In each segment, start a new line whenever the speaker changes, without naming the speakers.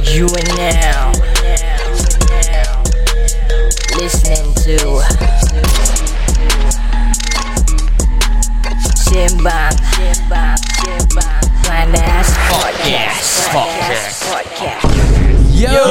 You are now listening to Simbang Panas Podcast Podcast Podcast
Yo, Yo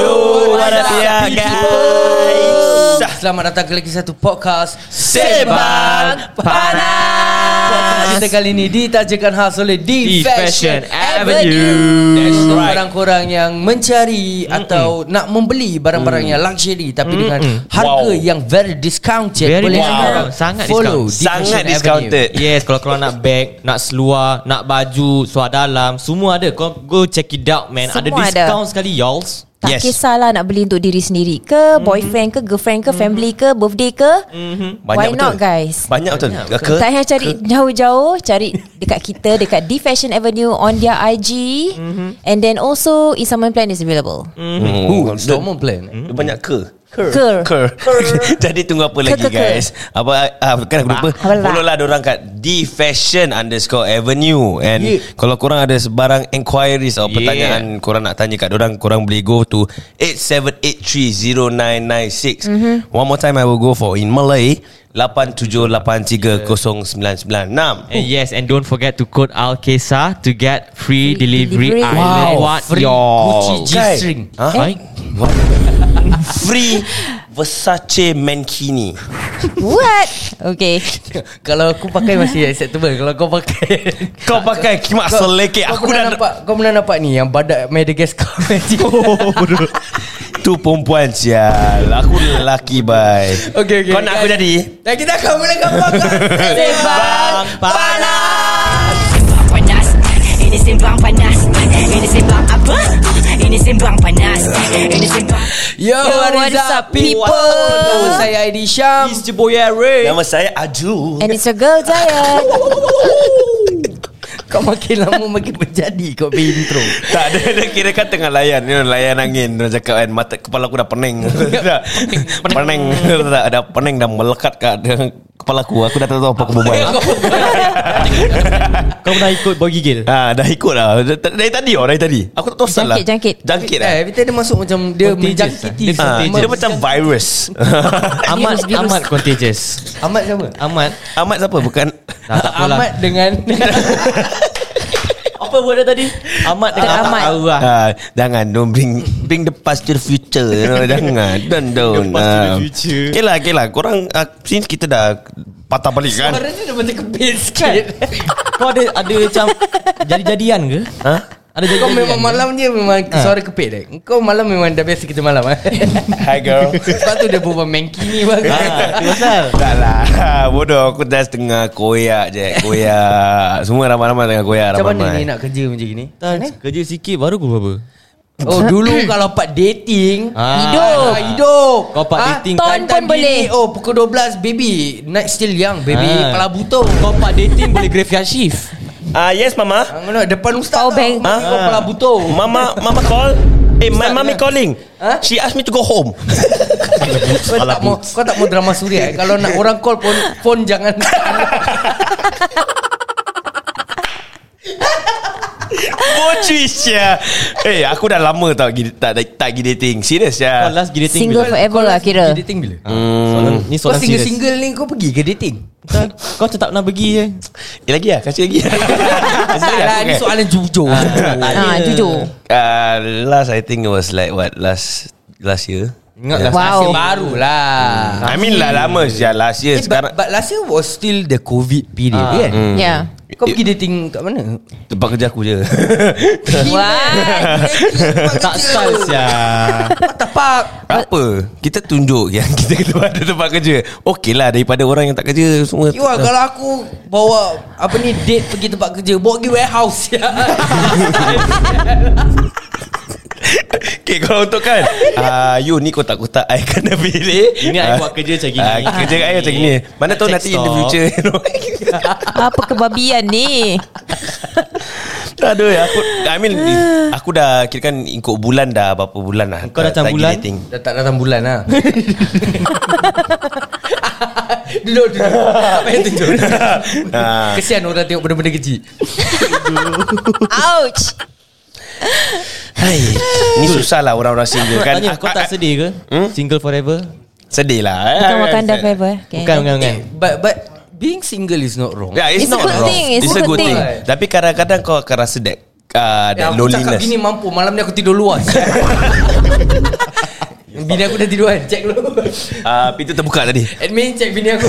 what up, ya, guys?
Selamat datang ke lagi satu podcast
Sembang Panas.
Podcast kita kali ini ditajakan khas oleh
Di
D
Fashion
Fashion
Avenue. That's
Untuk
right.
orang-orang yang mencari atau nak membeli barang-barang
Mm.
yang luxury tapi dengan harga
Wow.
yang very discounted
Very
boleh
discount.
anda
Sangat
follow
discount.
D Fashion
Sangat
Avenue.
discounted.
Yes, kalau korang nak bag, nak seluar, nak baju, seluar dalam, semua ada. Kau go check it out, man. ada
Semua ada.
discount sekali, y'all.
Tak
Yes.
yes. kisahlah nak beli untuk diri sendiri ke mm-hmm. Boyfriend ke Girlfriend ke mm-hmm. Family ke Birthday ke mm-hmm. Why
Banyak
not
betul.
guys
Banyak betul. Mhm. Ke?
Tak payah cari jauh-jauh Cari dekat kita Dekat D Fashion Avenue On their IG mm-hmm. And then also Isamon plan is available mm.
Ooh, Stormon plan.
Mm.
Dia Banyak ke?
Ker.
Ker. Jadi tunggu apa lagi
Ker, ker, ker.
guys Apa ah, Kan aku lupa
Apa lah?
Follow lah diorang kat The Fashion underscore Avenue And
Yeah.
Kalau korang ada sebarang Enquiries Atau
Yeah.
pertanyaan Korang nak tanya kat diorang Korang boleh go to 87830996 One more time I will go for In Malay 87830996
And Eh, yes, and don't forget to code Alkesa to get free
Free
delivery.
delivery.
I really want
free Gucci
y'all.
G-string. Eh?
Ha?
Huh?
Free Versace Mankini
What Okay
Kalau aku pakai masih acceptable Kalau kau pakai
Kau pakai kimak selekek
Kau
Aku
pernah
dah
nampak Kau pernah nampak ni Yang badak Madagascar
Oh, Tu perempuan sial Aku lelaki bye
Okay, okay,
Kau nak aku
guys.
jadi
Dan kita akan mulakan podcast
Sembang
Simbang panas Ini simbang panas Ini simbang apa? Ini simbang panas Ini simbang
Yo, what is up people Nama Saya Aidy Syam
It's your boy Eric.
Nama saya Aju
And it's your girl Jaya
Kau makin lama makin menjadi Kau punya intro
Tak ada Dia kira kan tengah layan you know, Layan angin Dia cakap kan mata, Kepala aku dah pening Dah Pening Dah, dah pening Dah melekat kat Kepala aku Aku dah tak tahu apa aku berbual
Kau pernah ikut Boy Gigil?
ha, Dah ikut lah Dari- Dari tadi oh Dari tadi Aku tak tahu salah
Jangkit, jangkit.
Jangkit lah
Eh, kita dia masuk macam Dia
Contagious,
menjangkiti
eh?
ha,
semua.
Dia macam virus
Amat
Virus, virus.
amat contagious.
Ahmad siapa?
Amat.
Ahmad siapa bukan
Nah, tak apalah.
Ahmad dengan
Apa word dia tadi? Amat dengan
Tak amat.
tak tahu lah.
Ah, jangan don't bring bring the past to the future. You know, jangan. Don't don't.
The past to the
Ah.
future.
Okay lah, okay lah. Korang uh, since kita dah patah balik kan.
Suara dia dah macam kepil
Kan?
sikit
Kau ada ada macam jadi-jadian ke? Ha.
Ha?
Ada jadi
Kau memang malam dia Memang suara kepil eh. Kau malam memang dah biasa kita malam eh.
Hi girl.
Sebab tu dia berbual mankini bagus.
Ah, tu pasal.
tak lah. Bodoh aku dah setengah koyak je. Koyak. Semua ramai-ramai tengah koyak
Macam mana ni
ramai-ramai.
nak kerja macam gini?
Tan, kerja sikit baru pukul berapa?
Oh dulu kalau part dating
Ah.
Hidup Hidup
Kau part
Ah,
dating, kan,
time-
tahun
time
pun
bini,
boleh.
Oh pukul 12 Baby Night still young Baby
Ah.
Kepala butuh
Kau part dating boleh graveyard shift. Ah.
Ah yes mama. Ah.
Kau Depan ustaz
Power bank.
Baby, Kau kepala butuh
Mama mama call. Eh my
lah.
mommy calling.
Huh?
She asked me to go home.
kau Ha? tak, mau, kau tak mau drama suria eh? Kalau nak orang call pun Phone jangan
Bocui sia. Eh aku dah lama tau gi- tak tak gi dating. Serius ya.
Kau last pergi dating
Single
bila?
forever lah kira
Pergi Dating bila?
Ah, Soalan, ni
Kau
soalan serius.
single-single ni Kau pergi ke dating?
Kau, kau macam tak pernah pergi je.
Eh lagi lah Kasih lagi ya,
Tak lah
kan?
Ini soalan jujur
Ah, Jujur
uh, Last I think it was like what Last Last year
Ingat lah Wow
Wow.
Baru lah
I mean lah lama sejak last year
Eh, but,
Sekarang Hmm.
but last year was still the COVID period uh, kan? Mm.
Yeah
Kau pergi dating kat mana?
Tempat kerja aku je
What
Tak style sia.
What the fuck?
Apa Kita tunjuk Yang kita keluar ada tempat kerja Okey lah Daripada orang yang tak kerja Semua
Wah, kalau aku bawa apa ni date pergi tempat kerja, bawa pergi warehouse ya.
Okay kalau untuk kan uh, You ni kotak-kotak I kena pilih
Ini I buat kerja macam gini.
Ah, Kerja I macam gini Mana tahu
Check
nanti in the
stock.
future you know.
Apa kebabian ni
Aduh aku I mean Aku dah Kira kan ikut bulan dah Berapa bulan lah
Kau dah macam
tak- tak pergi
bulan?
dating.
Dah tak datang bulan lah. duduk, duduk. Apa yang tunjuk?
Ah.
Kesian orang tengok benda-benda kecil.
Ouch
Hai, ni susah lah orang-orang single
Kau
kan.
tanya, kau tak sedih ke? Hmm? Single
Eh,
forever?
Sedih lah. eh.
Bukan Wakanda forever eh? okay.
Bukan, bukan, bukan.
But but being single is not wrong.
Yeah, Ya, it's,
It's a
not
good
wrong.
thing, it's a good thing.
Tapi kadang-kadang kau akan rasa that uh, that
Ya, aku cakap
loneliness.
gini mampu Malam ni aku tidur luar Bini aku dah tidur kan Check dulu
Ah, pintu terbuka tadi.
Admin check bini aku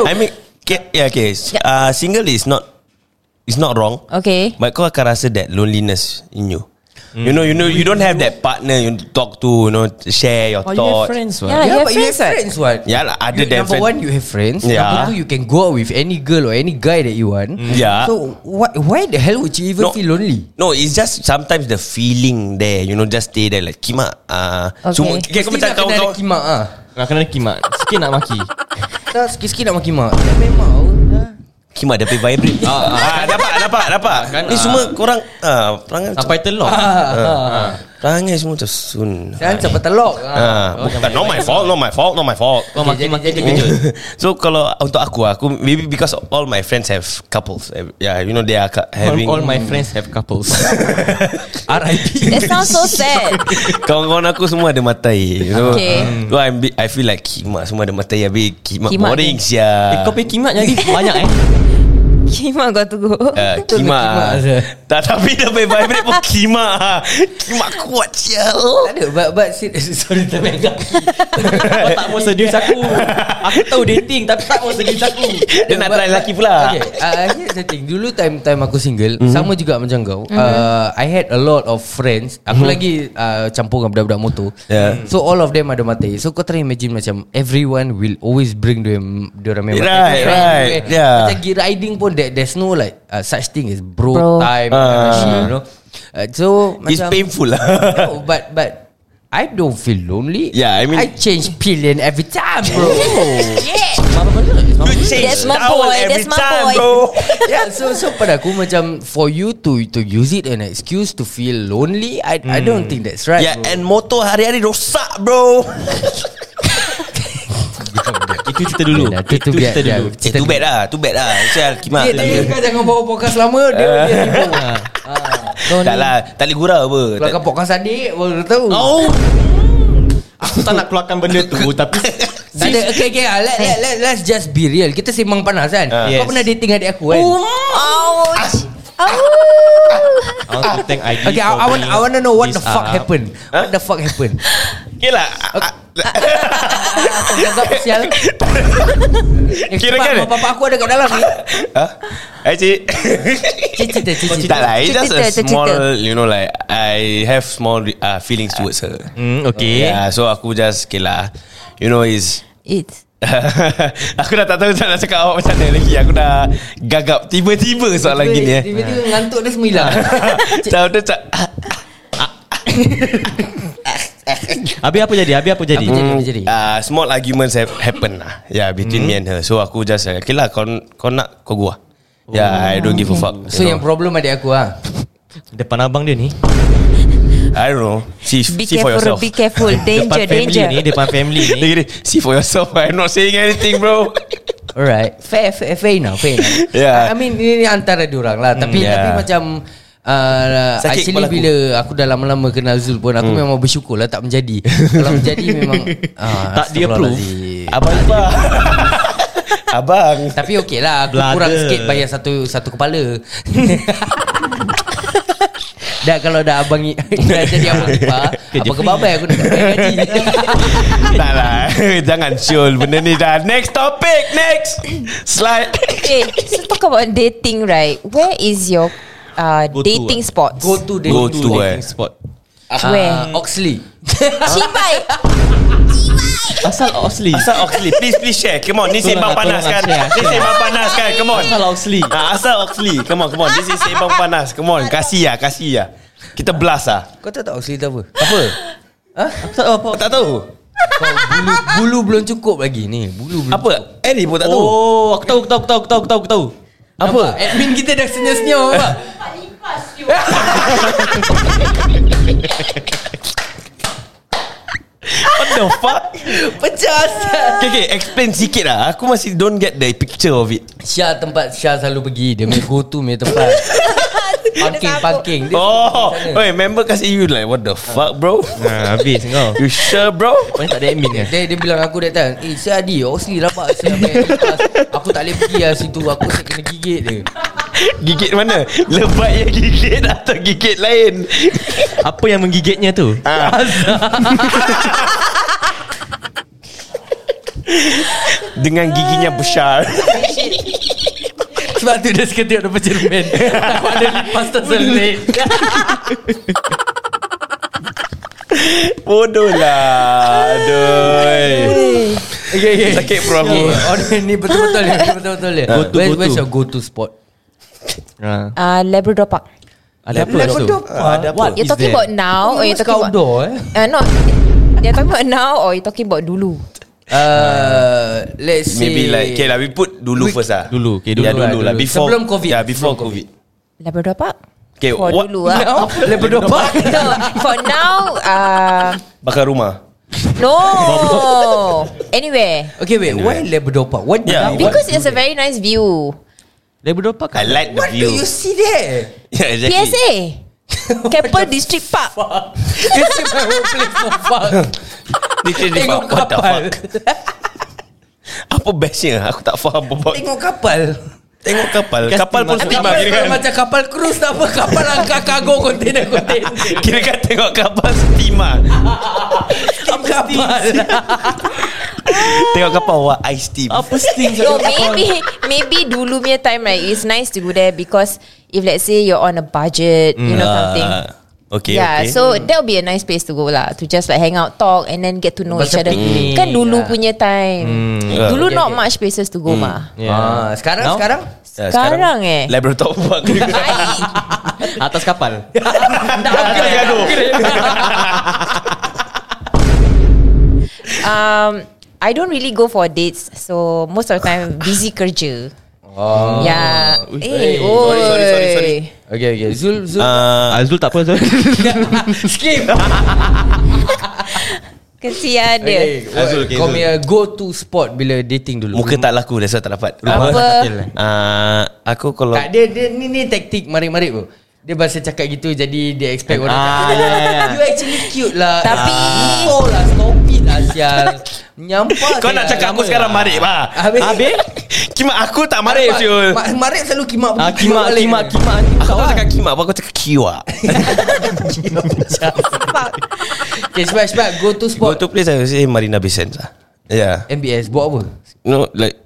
No.
I mean, okay, yeah, okay. Uh, single is not it's not wrong.
Okay
But kau akan rasa that loneliness in you. You know, you know, you don't have that partner you talk to, you know, share your thoughts.
Yeah,
Yeah, but Ah, you
you have
have
friends what?
friends what?
Yeah lah, other
you,
than
Number
friend-
one, you have friends
Yeah. Mm.
Number two, you can go out with any girl Or any guy that you want
Yeah.
So, why, why the hell would you
No.
even feel lonely?
No, it's just sometimes the feeling there, you know, just stay there like kima. Ah,
Okay.
okay, kau macam
Mesti nak kena ada
kawan-kawan.
kimak ah.
Nak kena kimak Sikit nak maki
Tak, sikit-sikit nak makin mak Ya, Memang
Kima dia pergi vibrate. Ah, ah, dapat, dapat, dapat. Ni semua korang ah, perangai macam
Sampai telok
perangai semua macam sun.
Dan sampai telok
Ah,
ah.
bukan not my fault, not my fault, not my fault.
Kau maki-maki
jadi-
kejut
so kalau untuk aku aku maybe because all my friends have couples. eh, Yeah, you know they are ca-
All,
having
all my friends have couples
R.I.P
That sounds so sad
Kawan-kawan aku semua ada matai so,
Okay.
so I'm, bi- I feel like Kimak semua ada matai Habis Kimak,
Kimak
boring
ni.
sia
Eh kau pergi kimak jadi banyak eh
Kima kau tunggu
uh, Kimak
Kimak je.
Tak tapi dah main vibrate pun Kimak Kimak kuat sia
Tak ada but, but, si- Sorry terbengkak
Kau tak mau seduce aku Aku tahu dating Tapi tak mau seduce aku
Dia nak try lelaki pula
Okay uh, Here's the thing Dulu time time aku single
Mhm.
mm-hmm. Sama juga macam kau mm-hmm. uh, I had a lot of friends Aku
Mhm.
mm-hmm. lagi uh, Campur dengan budak-budak motor
Yeah.
So all of them ada mati So kau try imagine macam Everyone will always bring them Diorang main
Right,
mati Kau try
right.
everywhere.
Yeah.
Macam pergi riding pun there, There's no like uh, Such thing as bro,
Bro.
time
Ah.
uh. shit, You know uh, So
It's
macam
painful lah
no,
Oh.
But but I don't feel lonely
Yeah, I mean-
I change pillion every time bro
You change
That's my
towel
boy,
every
that's my
time
boy.
bro
yeah, so so pada aku macam for you to to use it an excuse to feel lonely, I I don't think that's right.
Yeah
bro.
and motor hari-hari rosak bro
Itu cerita dulu
Dah, tu-
Itu
tu biar-
cerita dulu
biar.
Eh too bad lah Too bad lah Sial Kimak
dia
tak
dia
boleh.
kau jangan bawa podcast lama dia dia Ah, sibuk.
Kau
Tak
ni
lah Tak boleh gurau apa
Kalau kau podcast adik baru tahu.
Oh
Aku tak nak keluarkan benda tu Tapi
Tak ada okay, okay, ah, let, let, let, Let's just be real Kita sembang panas kan
Ah. Oh
Kau
Yes.
pernah dating adik aku kan
Ouch
I want to thank ID
Ah. Okay I,
for
I, want,
bringing
I want to know What
this uh,
the fuck
ah.
up.
happened What the fuck happened
Okay lah ah,
Aku gagap sial Eh
Kira
cepat
kan?
mak bapak aku ada kat dalam ni
ah. Eh cik
Cerita cerita
Tak lah It's just a
Cerita, cerita.
small You know like I have small uh, feelings
Ah.
towards her
Hmm,
Mm,
okay
Yeah so aku just Okay lah You know is
It's
Aku dah tak tahu Macam nak cakap awak macam mana lagi Aku dah gagap Tiba-tiba soalan gini eh
Tiba-tiba ngantuk dia semua hilang
Macam dia cak
Habis apa jadi Habis apa jadi
Apa jadi apa jadi
uh, Small arguments have happen lah Yeah between me and her So aku just uh, Okay lah kau, kau nak Kau gua Yeah I don't give a fuck
So
you
yang
know.
problem adik aku ah.
Depan abang dia ni
I don't know See,
Be
see for
careful
yourself
Be careful
Depan
Danger
family
Danger
ni Depan family ni
Dia kata, See for yourself I'm not saying anything bro
Alright Fair fair, fair enough fair enough.
Yeah.
I mean ini, ini antara diorang lah Tapi
Yeah.
tapi macam Uh,
Sakit kepala
actually aku.
aku.
bila aku dah lama-lama kenal Zul pun Aku memang bersyukur lah tak menjadi Kalau menjadi memang ah,
Tak dia proof
astagfirullahaladzim.
Abang Abang Abang
Tapi okey lah Aku
Brother.
kurang sikit bayar satu satu kepala Dah kalau dah abang i- Dah jadi abang ipar
Kerja
Abang
free.
kebabai aku dah tak bayar gaji
Tak lah Jangan syul Benda ni dah Next topic Next Slide
Okay So talk about dating right Where is your uh,
Go to,
Dating
eh?
spots
Go to the
Go to eh
Dating spot
Ah,
Where?
Oxley Ah,
Cibai
Asal Oxley
Asal Oxley Please please share Come on Ni
Tolong
sembang
lah,
panas
tolong
kan
lah, share,
Ni
share.
sembang panas kan Come on
Asal Oxley
Ah, Asal Oxley Come on come on This is sembang panas Come on Kasih lah Kasih lah Kita blast lah
Kau tahu tak Oxley tu apa? Apa? Ha?
Aku tak tahu apa
Tak tahu
Kau bulu, bulu belum cukup lagi ni Bulu belum
Apa Eri pun tak tahu
Oh aku tahu aku tahu aku tahu aku tahu aku tahu, aku tahu.
Apa? Admin kita dah senyum-senyum apa?
What the fuck
Pecah asal
Okay okay Explain sikit lah Aku masih don't get the picture of it
Syah tempat Syah selalu pergi Dia punya go to punya tempat Parking Parking Dia-
Oh, wait, member kasih you like what the fuck, bro?
Ha, habis kau.
You sure, bro?
Mana tak ada admin kan? ke?
Dia, dia bilang aku that time Eh saya Adi Osli rabak saya main atas. Aku tak boleh pergi lah situ Aku saya kena gigit dia
Gigit mana? Lebat yang gigit atau gigit lain?
Apa yang menggigitnya tu?
Ah. Dengan giginya besar.
Sebab tu dia suka tengok depan cermin Takut ada lipas terselit
Bodoh lah. Aduh.
okay, okay.
Sakit perut aku.
Okay, on, Ya, oh, Ni betul-betul dia ni Betul-betul dia
Go to,
Where-
go
Where's
to.
your go to spot?
Ha.
Uh, Labrador Park.
Ada apa tu?
Ah,
Ada apa?
You're
Is
talking
there?
about now or you're talking about
outdoor eh
Uh, no, they're talking about now or you're talking about dulu.
Ah.
Uh, let's see.
Maybe like Okay lah we put dulu
We-
first lah
Dulu, okay, dulu
yeah,
lah,
dulu lah
dulu.
before,
Sebelum COVID.
Yeah before
Sebelum
COVID,
Labrador Park?
Okay,
for
what-
dulu lah.
Now, Labrador Park.
No, for now, uh,
Bakar rumah
no. Anywhere.
Okay, wait. Why Labrador Park? What?
Yeah,
what-
Because it's a very nice view.
Labrador Park
I like the
What do
view
you see there?
Yeah exactly
PSA. Keppel District Park.
This is my own place for fuck.
Literally
Tengok
fuck, what the
kapal.
fuck? Apa bestnya Aku tak faham apa
Tengok kapal.
Tengok kapal Kapal pun
Kapal
seimbang kira
kalau
kan
macam kapal cruise tak apa. Kapal angkat kargo kontainer-kontainer.
Kira kan tengok kapal steamer
kapal.
Tengok kapal Wah ice steam
Oh,
Apa sting
No, maybe maybe dulu punya time right, it's nice to go there because if let's say you're on a budget, you know something.
Mm. Ah, Okay
yeah,
okay
so that would be a nice place to go lah to just like hang out, talk, and then get to know each
Macam
other.
picnic,
Kan dulu
ah.
punya time,
Yeah.
dulu
Okay,
not
okay.
much places to go mah.
Ya.
Ah, sekarang
Now?
sekarang
Yeah,
Sekarang eh.
Labrador Park
Baik.
Atas kapal
Kena gaduh
um, I don't really go for dates, so most of the time busy kerja.
Oh.
Yeah.
Sorry,
Eh,
Ah.
oh.
sorry, sorry, sorry, sorry.
Okay, okay. Zul, Zul.
Ah,
Azul tak apa Azul
skip.
Kesian dia.
Azul, okay, Ah,
Kau
Zul.
punya go to spot bila dating dulu.
Muka tak laku That's why tak dapat
Apa?
Rumah Ah, Aku kalau
Tak dia dia ni ni taktik marik-marik tu. Dia bahasa cakap gitu jadi dia expect orang
Ah,
cakap.
ya, ya.
You actually cute lah.
Tapi-
Kau lah stop it lah sial. Menyampak.
Kau nak cakap aku sekarang marip lah
Habis?
Habis? Kimak aku tak marip Syul
Ma- Marik selalu kimak
Ah, Kimak
balik.
Kimak Kimak
Aku tak cakap kimak Aku cakap kiwa
Okay sebab sebab go to
Go
spot
to place I would say Marina Bay Sands lah Yeah
MBS buat apa?
No like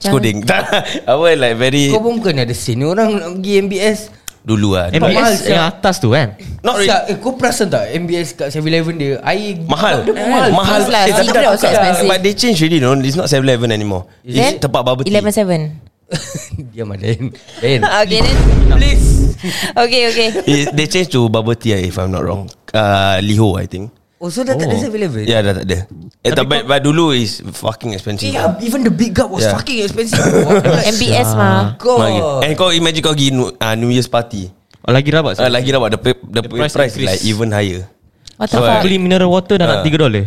Jangan.
Skoding Tak Apa like very
Kau pun bukan ada scene Orang nak pergi MBS
Dulu lah
Eh,
MBS
Mahal,
yang
siap.
atas tu kan
Not really
Sial, eh, Kau perasan tak MBS kat 7-Eleven dia Air
Mahal
Dia mahal
Mahal
Mahal lah.
Eh, tapi
Cigarette
dah
also
tukar.
expensive.
But they change really no It's not 7-Eleven anymore It's tempat bubble tea
11-7
Dia mahal Lain Lain
Okay then
Please
Okay okay
It- They change to bubble tea eh, If I'm not wrong uh, Liho I think
Oh so dah tak ada 7-Eleven
Ya yeah, dah tak ada Eh tak but, but dulu is Fucking expensive
Yeah, even the big cup was
Yeah. Eh,
fucking expensive. What the
MBS mah
God.
Mahal gila. And kau imagine kau pergi nu- ah, New Year's party
Oh lagi rabak
Ah,
Azul.
Lagi dah buat the, pa- the, price,
price
price
increase.
like even higher
What the
So,
fuck
Beli mineral water dah
Ah.
nak 3 dolar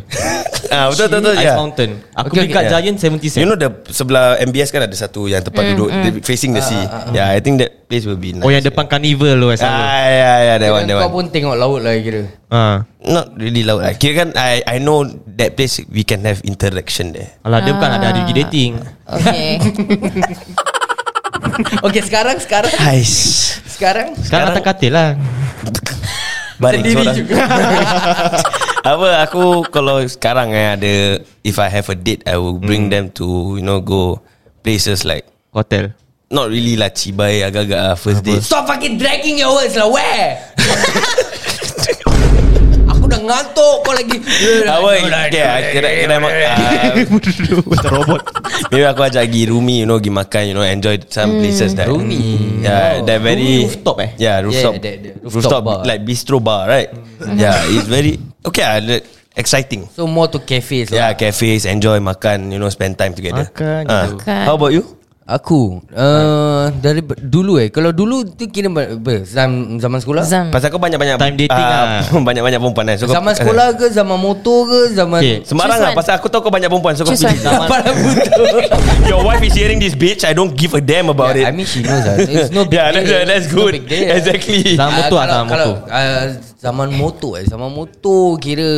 Ah Betul betul betul
Ice
yeah.
fountain Aku
Okay,
beli kat
okay.
Giant 70 cent
You know the Sebelah MBS kan ada satu Yang tempat
Mm,
duduk the- Facing
Ah,
the sea Yeah I think that place will be nice
Oh yang depan carnival tu Asal
Ah yeah yeah That one
Kau
that one
pun tengok laut lah kira.
Ha
Not really loud lah Kira kan I, I know that place We can have interaction there
Alah dia bukan
Ah.
ada ada pergi dating
Okay
Okay, sekarang sekarang
Ais
sekarang
Sekarang atas katil lah
Baring
Sendiri
seorang
juga.
Apa aku Kalau sekarang eh, Ada If I have a date I will bring them to You know go Places like
Hotel
Not really lah Cibai agak-agak lah First date
Stop fucking dragging your words lah. Where? Aku dah ngantuk kau lagi.
Apa Yeah Kena Kena ah,
Macam robot
Maybe aku ajak pergi Rumi You know pergi makan You know enjoy Some places that
Rumi.
Yeah
Oh,
that very
Rumi rooftop eh?
Yeah rooftop
Yeah, that- that
Rooftop,
rooftop bar.
Like bistro bar right Yeah it's very Okay ah, that- Exciting
So more to cafes
Yeah
lah.
cafes Enjoy makan You know spend time together
Makan
Ah.
gitu.
Makan.
How about you?
Aku uh, Dari b- dulu eh Kalau dulu tu kira ber, ber, zaman, zaman sekolah
Zam.
Pasal kau banyak-banyak
Time dating
ah, Banyak-banyak perempuan eh. So, kau-
Zaman sekolah ke Zaman motor ke Zaman
Okay.
okay.
Semarang
Choose
lah
one.
Pasal aku tahu kau banyak perempuan So kau
Choose one.
pilih Your wife is hearing this bitch I don't give a damn about
yeah,
it
I mean she knows lah It's no big
Yeah that's,
deal.
that's
It's
good
no big deal.
Exactly
Zaman motor
Ah,
lah, zaman
kalau-
motor.
kalau, ah, Zaman motor eh Zaman motor kira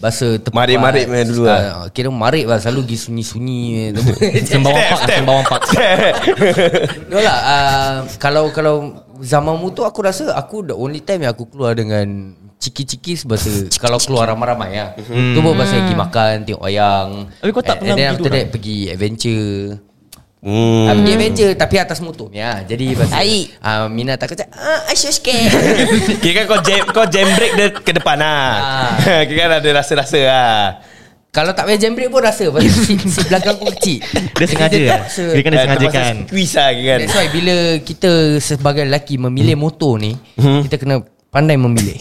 Bahasa tepat
Marik-marik punya dulu lah.
Ah, Kira marik lah Selalu pergi sunyi-sunyi eh.
Sembawang
Step,
pak
step.
Sembawang pak
No lah ah, Kalau Kalau Zaman motor aku rasa Aku the only time yang aku keluar dengan Ciki-ciki bahasa Kalau keluar ramai-ramai lah hmm. Tu pun bahasa pergi makan Tengok wayang
Tapi kau tak
And- and then
pernah pergi
after
dorang?
that Pergi adventure
Hmm.
Hmm. Pergi adventure Tapi atas motor ya. Jadi pasal
Baik.
uh, Mina tak kata ah, Asyushke
Kira kan kau jam, kau jam break dia ke depan lah
Ah.
Kira kan ada rasa-rasa lah
Kalau tak payah jam brake pun rasa Pasal si, si belakang aku kecil
Dia sengaja
Dia
eh?
terpaksa.
Dia kena
Ah,
sengaja
terpaksa
kan
Squeeze lah kira kan
That's why bila kita sebagai lelaki memilih
Hmm.
motor ni Kita kena pandai memilih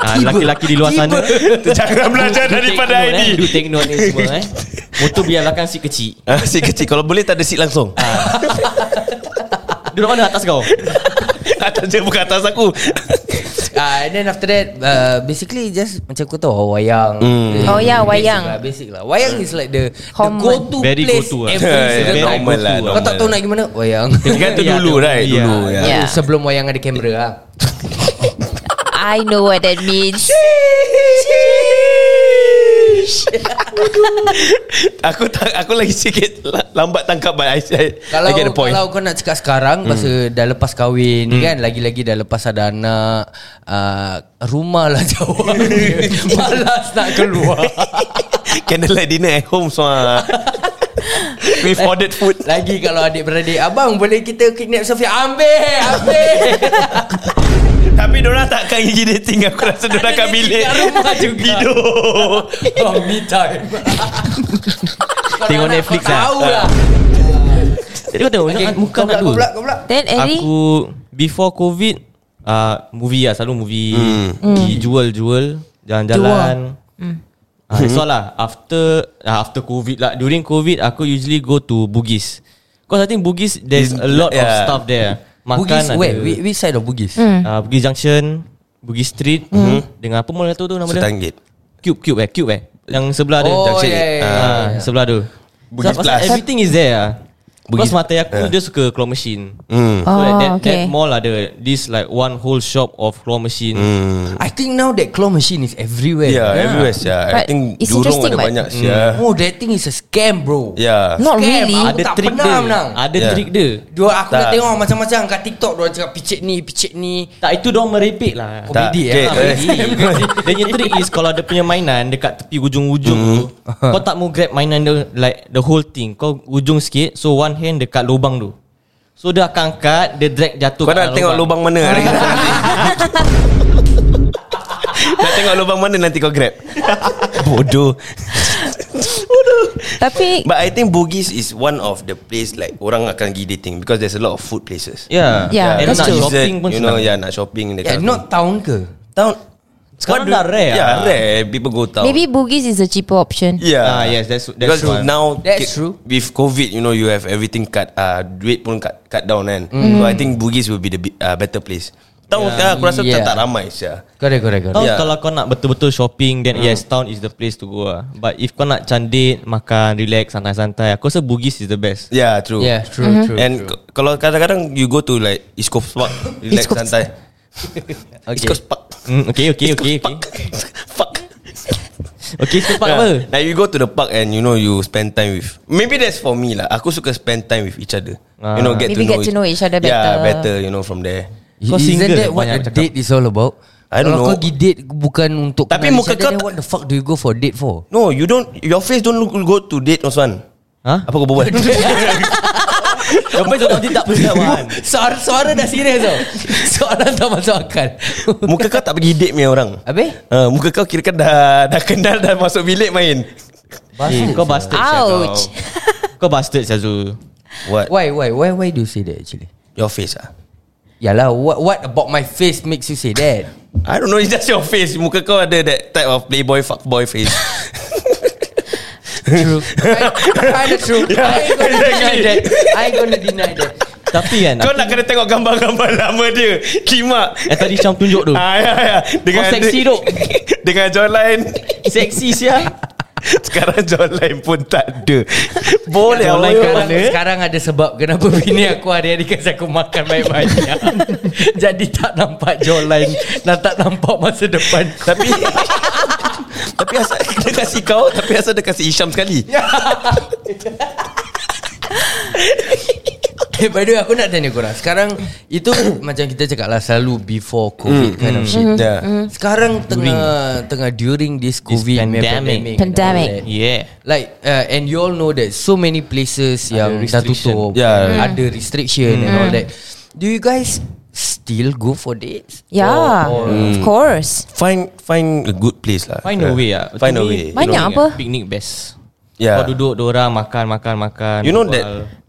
Ah, Laki-laki di luar sana
Jangan belajar
Do take
daripada
note, eh. Do
ID
take note ni semua eh Motor biar belakang seat kecil
Ah, Si kecil Kalau boleh tak ada seat langsung
Duduk mana atas kau
Atas dia bukan atas aku
uh, And then after that uh, Basically just Macam kau tahu oh, Wayang
Hmm.
Oh, ya, wayang.
Basic lah, basic lah Wayang is like the, the
Common.
Go to
Very
place
go-to lah.
Every
Yeah,
single
very
time
normal lah,
Kau tak
normal.
tahu nak pergi mana Wayang
Kira kan tu
Ya,
dulu
dia-
right
ya.
Dulu ya.
Ya.
yeah. Sebelum wayang ada kamera lah
I know what that means
Aku tak, aku lagi sikit la- lambat tangkap but I, I,
Kalau
I get the point.
kalau kau nak cakap sekarang hmm. pasal dah lepas kahwin hmm. kan lagi-lagi dah lepas ada anak uh, rumah lah jawab dia. malas nak keluar
Candlelight dinner at home semua. We've ordered food.
lagi kalau adik-beradik abang boleh kita kidnap Sofia ambil ambil
Tapi diorang tak akan pergi dating Aku rasa diorang akan
Ada dating
bilik
kat rumah juga.
Tidur
oh me time
Tengok Netflix
lah
lah.
tahu lah
Dia kata
okay,
Muka
kau pula
nak
kau
dulu
pula kau pula
Then Eri
Aku Before COVID uh, Movie lah Selalu movie
Hmm.
Pergi jual-jual Jalan-jalan Ah, so lah After ah, After COVID lah During COVID Aku usually go to Bugis Cause I think Bugis
Is-
There's a lot of
yeah.
stuff there Makan
Bugis
ada
where which, which side of Bugis
Hmm.
Ah, Bugis Junction Bugis Street
Hmm.
Dengan apa mall tu tu nama dia
Setanggit
Cube Cube eh Cube eh Yang sebelah dia
Oh,
Junction
yeah,
eight.
yeah,
Ah,
yeah, yeah.
Sebelah tu
Bugis
So, pasal
Plus.
Everything is there lah.
Bugis-
Because mata aku Dia suka claw machine
Hmm
Oh,
So that, that,
okay.
that mall ada This like one whole shop Of claw machine
Hmm.
I think now that claw machine is everywhere
Yeah, Ya, everywhere yeah. I
But
think
it's
Jurong
interesting,
ada
but-
banyak Ya. yeah.
oh that thing is a scam bro
Yeah.
Not
Scam,
really
ah.
Ada
tak
trick
pernah
dia Ah,
menang.
Ada
Yeah.
trick dia
Dua aku
Tak.
dah tengok macam-macam kat TikTok dia cakap picit ni, picit ni.
Tak itu dong merepek
Tak.
lah
Komedi,
Okay,
eh.
Komedi. Dia punya trick is Kalau ada punya mainan Dekat tepi ujung-ujung tu
Hmm.
Kau tak mau grab mainan dia Like the whole thing Kau ujung sikit So one hand dekat lubang tu So dia akan angkat Dia drag
Kau
jatuh kat
nak tengok lubang mana hari ni? Nak tengok lubang mana nanti kau grab Bodoh
Tapi
But I think Bugis is one of the place Like orang akan pergi dating Because there's a lot of food places
Yeah,
Yeah,
Ya. And
Ya, that's
nak
true.
shopping pun
You know yeah, nak shopping
Yeah, Ya, not town ke?
town
Sekarang dah rare
Yeah
ah.
rare People go town
Maybe Bugis is a cheaper option
Yeah.
Ah, yes, that's- that's
Because
true.
now
That's true.
With COVID, you know, you have everything cut. Uh, duit pun cut cut down kan. So I think Bugis will be the bi- uh, better place. Tahu yeah. aku rasa
Yeah.
tak, tak ramai sia.
Correct, correct, correct.
Town
Yeah. Hmm.
yeah. Oh, kalau kau nak betul-betul shopping Then yes Town is the place to go lah But if kau nak candid Makan relax Santai-santai Aku rasa Bugis is the best
Yeah, true.
Yeah, true, mm-hmm. true.
And k- kalau kadang-kadang you go to like East Coast Park, relax
Coast.
santai. East Coast Park.
mm, Okay okay okay Okay,
Park. Fuck.
okay sepak
Yeah.
apa
Like you go to the park and you know you spend time with. Maybe that's for me lah. Aku suka spend time with each other. You know, get to
Maybe
know
get to know each other
Yeah,
better.
better. You know from there.
Kau
Isn't
single
that eh? what
banyak
a
cakap.
date is all about?
I don't
Kalau
know.
kau pergi date bukan untuk
Tapi
kenal
muka
each other,
kau
then
tak-
what the fuck do you go for a date for?
No, you don't. Your face don't look good to date Osman.
Ha?
Apa kau berbual?
Lepas tu nanti tak boleh kawan
Suara, suara dah serius tau. Soalan tak masuk akal.
muka kau tak pergi date punya orang.
Habis?
Uh, muka kau kira kan dah, dah kenal dah masuk bilik main.
eh, Kau bastard sia kau.
Ouch
Kau bastard sia Zul
What?
Why, why, why, why do you say that actually?
Your face ah.
Yalah, what, what about my face makes you say that?
I don't know, it's just your face. Muka kau ada that type of playboy fuckboy face.
True. Kind of true. I ain't gonna deny
exactly.
that. I ain't gonna deny that.
Tapi kan
Kau
aku-
nak kena tengok gambar-gambar lama dia Kimak
Eh tadi Syam tunjuk tu
Ah, ya, ya. Dengan
Kau seksi, Dok.
Dengan jawline
Seksi sia
Sekarang jawline pun tak ada Boleh
Kalau
awak
sekarang,
mana
sekarang ada sebab kenapa bini aku hari-hari kasi aku makan banyak-banyak. Jadi tak nampak jawline dan tak nampak masa depan.
Tapi Tapi asal Dia kasih kau Tapi asal dia kasih Isham sekali
Ya.
Eh, by the way, aku nak tanya korang. Sekarang, itu macam kita cakap lah selalu before COVID kind of shit.
Ya.
Sekarang tengah tengah during this COVID punya and
pandemic.
all
Pandemic.
that.
Yeah
Like uh, and you all know that so many places ada yang dah
restriction.
tutup, Mm.
Yeah. Mm.
ada restriction and all that. Do you guys still go for dates?
Yeah,
Or, or
of course.
Find find a good place lah
Find a way lah To
Find a
me,
way
Banyak
picnic
apa?
lah. Picnic best
Yeah.
Kau duduk Diorang makan makan makan
You know that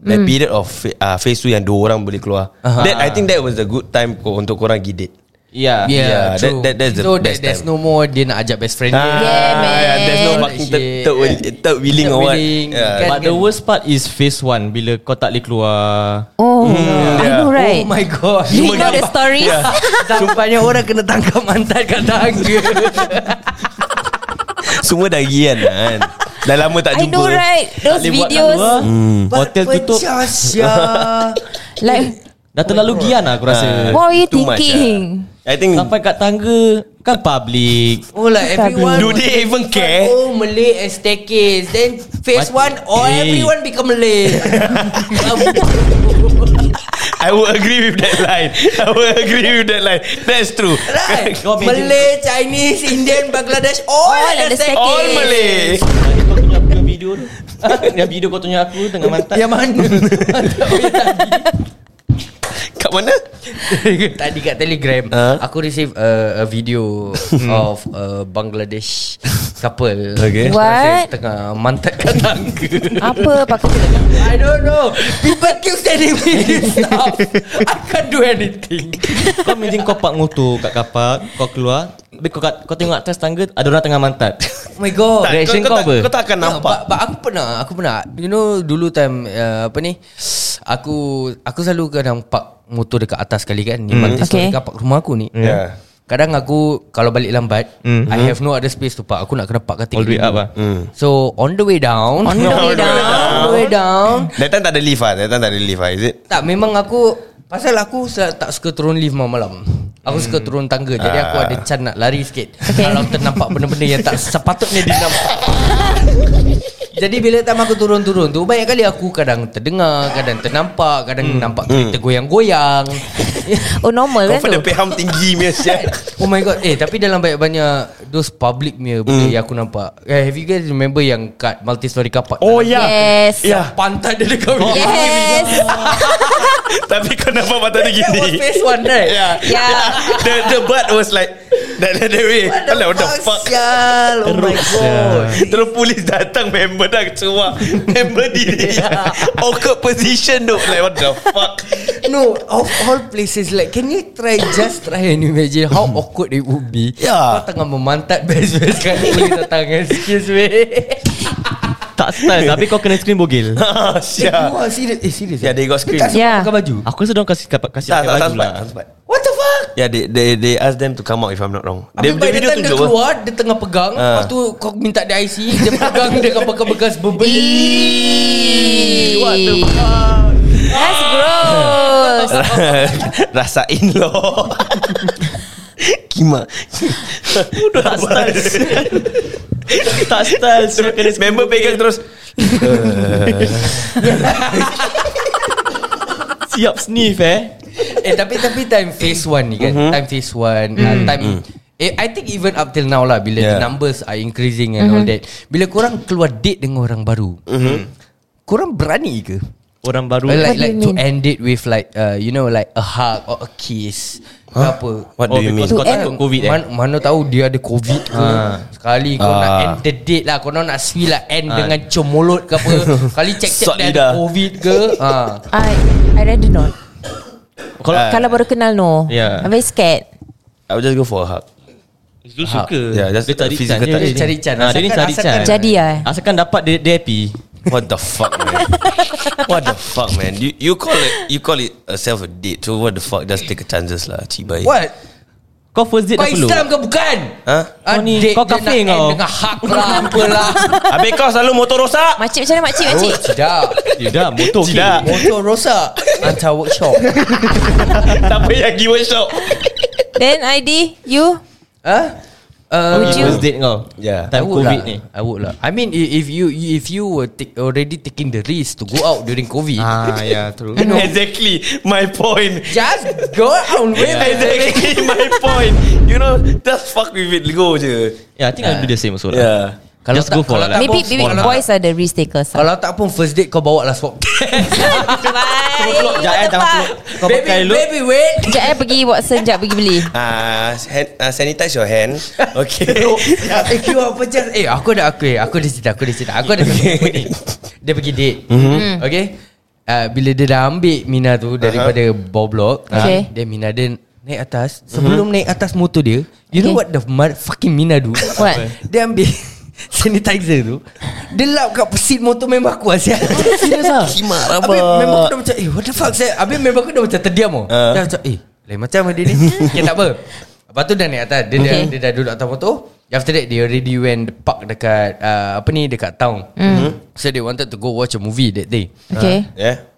berbual.
that
Hmm.
period of uh, phase 2 yang dua orang boleh keluar. That I think that was a good time ko- untuk korang pergi date.
Yeah,
Yeah,
Yeah,
yeah true.
that- that- that's the
so
best
there's
time.
no more dia nak ajak best friend dia.
Yeah, man.
Ah, There's no fucking third,
Shit.
third, will- third wheeling
Third
or what.
wheeling,
Yeah.
kan?
But the worst part is phase one Bila kau tak boleh keluar
Oh, I
yeah.
know right.
Oh my god.
Do you know the stories?
Sumpahnya orang kena tangkap mantan kat tangga.
Semua dah pergi kan. kan? Dah lama tak
I
jumpa.
know right.
tak
Those
boleh buat kat luar,
videos
Hmm.
Hotel tutup
Pecah, Syah.
like
Dah
Oh
terlalu gian lah aku rasa
What were you
Ah, Too much,
thinking?
ah. I think
Sampai kat tangga Kan public
Oh like everyone
Do
was
they
like,
even care?
Oh Malay and staircase Then phase
What?
one All
Hey.
everyone become Malay
I would agree with that line. I would agree with that line. That's true.
Right
Kau imagine-
Malay, Chinese, Indian, Bangladesh All,
All
at
at
the
the staircase.
staircase
All Malay.
Tadi kau tunjuk aku yang video tu Yang video kau tunjuk aku Dengan mantan
Yang mana?
Kat mana? Oh.
Tadi kat Telegram
Ah.
Aku receive a, a video
Hmm.
Of a Bangladesh Couple
Okay.
What?
Tengah mantan kat tangga
Apa pakai
I don't know People keep sending me this stuff I can't do anything
Kau imagine kau park motor Kat kapak Kau keluar Habis kau, kat, kau tengok atas tangga Ada orang tengah mantan
Oh my god
Tak, Reaction
kau,
kau
tak,
apa?
kau tak akan nampak.
Ya, But, but aku pernah Aku pernah You know dulu time uh, Apa ni Aku Aku selalu kadang park Motor dekat atas kali kan Ni
Hmm.
mm.
Okay.
okay. dekat park rumah aku ni
Ya.
Yeah.
Kadang aku Kalau balik lambat mm. I have no other space to park Aku nak kena park kat
Hmm. All the way
tinggi.
up lah
So on the way down
On the way down.
On the way down
That time tak ada lift ah. That time tak ada lift ah. Is it?
Tak memang aku Pasal aku sel- tak suka turun lift malam-malam Aku suka turun tangga Jadi aku
Hmm. Ah.
ada can nak lari sikit Kalau ternampak benda-benda yang tak sepatutnya dinampak Jadi bila time aku turun-turun tu Banyak kali aku kadang terdengar Kadang ternampak
Hmm.
Kadang nampak kereta goyang-goyang
Oh normal
Kau
kan
pada
tu
peham tinggi ya. punya siap.
Oh my god Eh tapi dalam banyak-banyak Those public punya benda
Hmm.
yang aku nampak eh, Have you guys remember yang kat multi-story car park
Oh
Dalam-
ya.
Yes.
Ya.
Pantai dia dekat
Yes
Tapi kau nampak mata dia
That was
gini.
phase one right
Yeah.
Yeah.
Ya. the the butt was like that that, that way. What the, like, what the fuck?
Sial Oh my
Teruk,
god
Terus polis datang member dah keluar. member diri. Awkward position tu. Like what the fuck?
No Of all places Like can you try Just try and imagine How awkward it would be
Yeah.
Kau tengah memantat Best-best kan Boleh datang Excuse me
Tak style Tapi kau kena screen bogil
Ah, siap.
Wah serious Eh serious
Yeah, they got
Dia
screen.
tak sempat
Yeah.
pakai baju
Aku rasa diorang kasih Kasih
Tak, tak,
pakai
tak
baju
sempat.
lah
tak sempat.
What the fuck
Yeah, Ya, they, they, they ask them to come out if I'm not wrong.
Habis by the time dia
apa?
keluar Dia tengah pegang
Ah.
Lepas tu kau minta dia IC Dia pegang dengan bekas-bekas berbeli What the
Eh.
fuck
That's gross
Rasain loh. Kima. Udah tak style.
Tak style Suruh kena screen
Member pegang terus.
Siap sniff eh
Eh tapi tapi time phase one ni
Mhm.
kan Time phase one uh,
Mm.
Time eh, I think even up till now lah Bila
Yeah.
the numbers are increasing and
Mhm.
all that Bila korang keluar date dengan orang baru
Mhm.
Korang berani ke?
Orang baru
Or like
What do
like
you
to
mean?
end it with like uh, You know like a hug or a kiss huh? Apa
What do
Oh,
you mean?
because kau
To end-
takut covid eh Ah.
Man, mana tahu dia ada covid ke Sekali kau nak
Ah.
end the date lah Kau nak nak sui lah End dengan cium mulut ke apa Kali
Sot
cek-cek dia
lidah.
ada covid ke ha.
I I rather not
Kalau
ah.
Kalau baru kenal no
Uh. Yeah.
I'm very scared
I will just go for a hug.
Zul suka
Yeah, just
Dia cari can
physical touch.
Dia cari can.
Ah, Dia ni
Asalkan-
cari can
asalkan-
Jadi ah.
Asalkan dapat dia, dia happy
What the fuck man What the fuck man You you call it You call it a self a date So what the fuck Just take a chances lah Cibai
What?
Kau first date
Kau
dah perlu
Islam ke bukan?
Ha?
Ah,
Kau ni-
date
kau
dia
kafir
nak
kau.
end Dengan hak lah Apalah
Habis kau selalu motor rosak
Makcik macam mana makcik makcik?
Oh tidak
Tidak Motor okay
Tidak.
Motor rosak Hantar workshop
Tak payah pergi workshop
Then ID you
Ha? Uh,
Kau pergi
you-
first date kau
Yeah.
Time COVID ni
I would lah I mean i- if you If you were take, already taking the risk To go out during COVID
Ah ya true
You know
Exactly My point
Just go out with it.
Exactly my point You know Just fuck with it Go je
Yeah ya, I think I'll do the same also lah
Yeah
Kalau
Just
tak-
go for
kalau
it lah
tak-
Maybe,
box,
maybe
box lah.
boys are the risk takers
Kalau tak pun first date kau bawa lah swab
Terpeluk
eh,
Jangan jangan peluk Kau pakai
Baby,
look
baby wait
Sekejap eh pergi Watson Sekejap pergi beli
Ah, hand, ah, sanitize your hand. Okay.
Eh you apa just Eh aku ada aku Aku ada cerita Aku ada cerita Aku ada okay. ni Dia pergi date mm-hmm. Okay uh, Bila dia dah ambil Mina tu Daripada uh-huh. bawah blok
Okay.
Dia Mina dia Naik atas Sebelum naik atas motor dia You know what
Okay.
the mother, Fucking Mina do
What?
Dia ambil Sanitizer tu Dia lap kat seat motor member aku
Oh,
Asyik Serius lah
ah?
Kimak rabak.
Habis member aku dah macam Eh what the fuck saya Habis member aku dah macam terdiam oh.
Ah.
Dia macam eh Lain macam lah dia ni Okay tak apa Lepas tu dah naik atas Dia, dah,
Okay.
dia dah duduk atas motor After that They already went Park dekat uh, Apa ni Dekat town Mhm. So they wanted to go watch a movie That day
Okay
Yeah.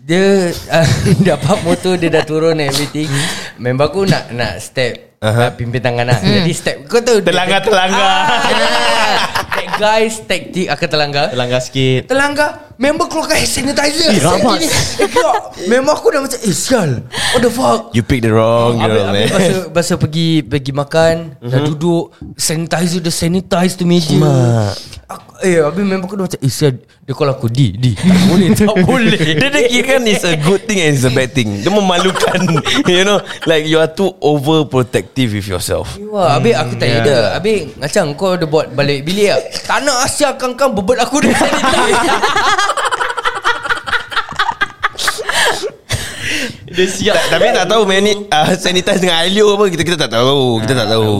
dia uh, dapat motor Dia dah turun and everything Member aku nak nak step uh-huh. uh, Pimpin tangan lah Jadi step Kau tahu
Telanggar-telanggar.
ah, That guys Taktik akan telanggar
Langgar sikit
Telanggar Member keluarkan hand sanitizer
Eh, rabak.
Eh, kira- Member aku dah macam Eh sial What the fuck
You picked the wrong
Habis, habis bahasa, bahasa pergi pergi makan mm-hmm. Dah duduk Sanitizer dia sanitize tu meja aku, Eh habis member aku dah macam Eh sial Dia call aku Di Di Tak boleh Tak boleh
Dia dah kira kan It's a good thing And it's a bad thing Dia memalukan You know Like you are too Overprotective with yourself
Wah, habis aku tanya
yeah.
dia Habis Macam kau ada buat balik bilik tak? Tak nak Asia kang-kang Bebat aku dah sanitize
Dia siap
Tak- Tapi tak tahu man ni uh, Sanitize dengan Ailio apa Kita kita tak tahu Kita tak tahu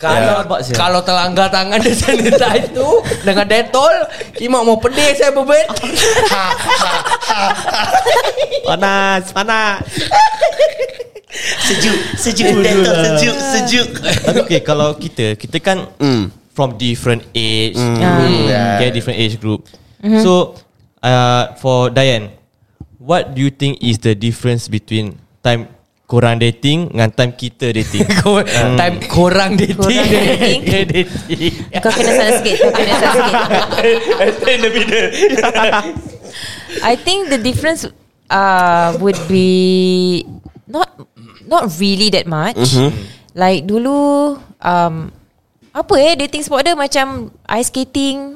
Kalau
Rabak
yeah.
sia.
kalau terlanggar tangan dia sanitize tu dengan detol, kimak mau pedih saya bebet.
Panas Panas
Sejuk Sejuk
Betul lah.
Sejuk Sejuk
Tapi okay Kalau kita Kita kan From different age group, Okay different age group So uh, For Diane What do you think is the difference between Time Korang dating Dengan time kita dating Hmm.
Kor- Time korang dating.
Korang dating.
Dia dating.
Ya. Kau kena salah sikit Kau kena salah sikit
In the middle
I think the difference uh, Would be Not Not really that much Like dulu um, Apa eh Dating sport dia macam Ice skating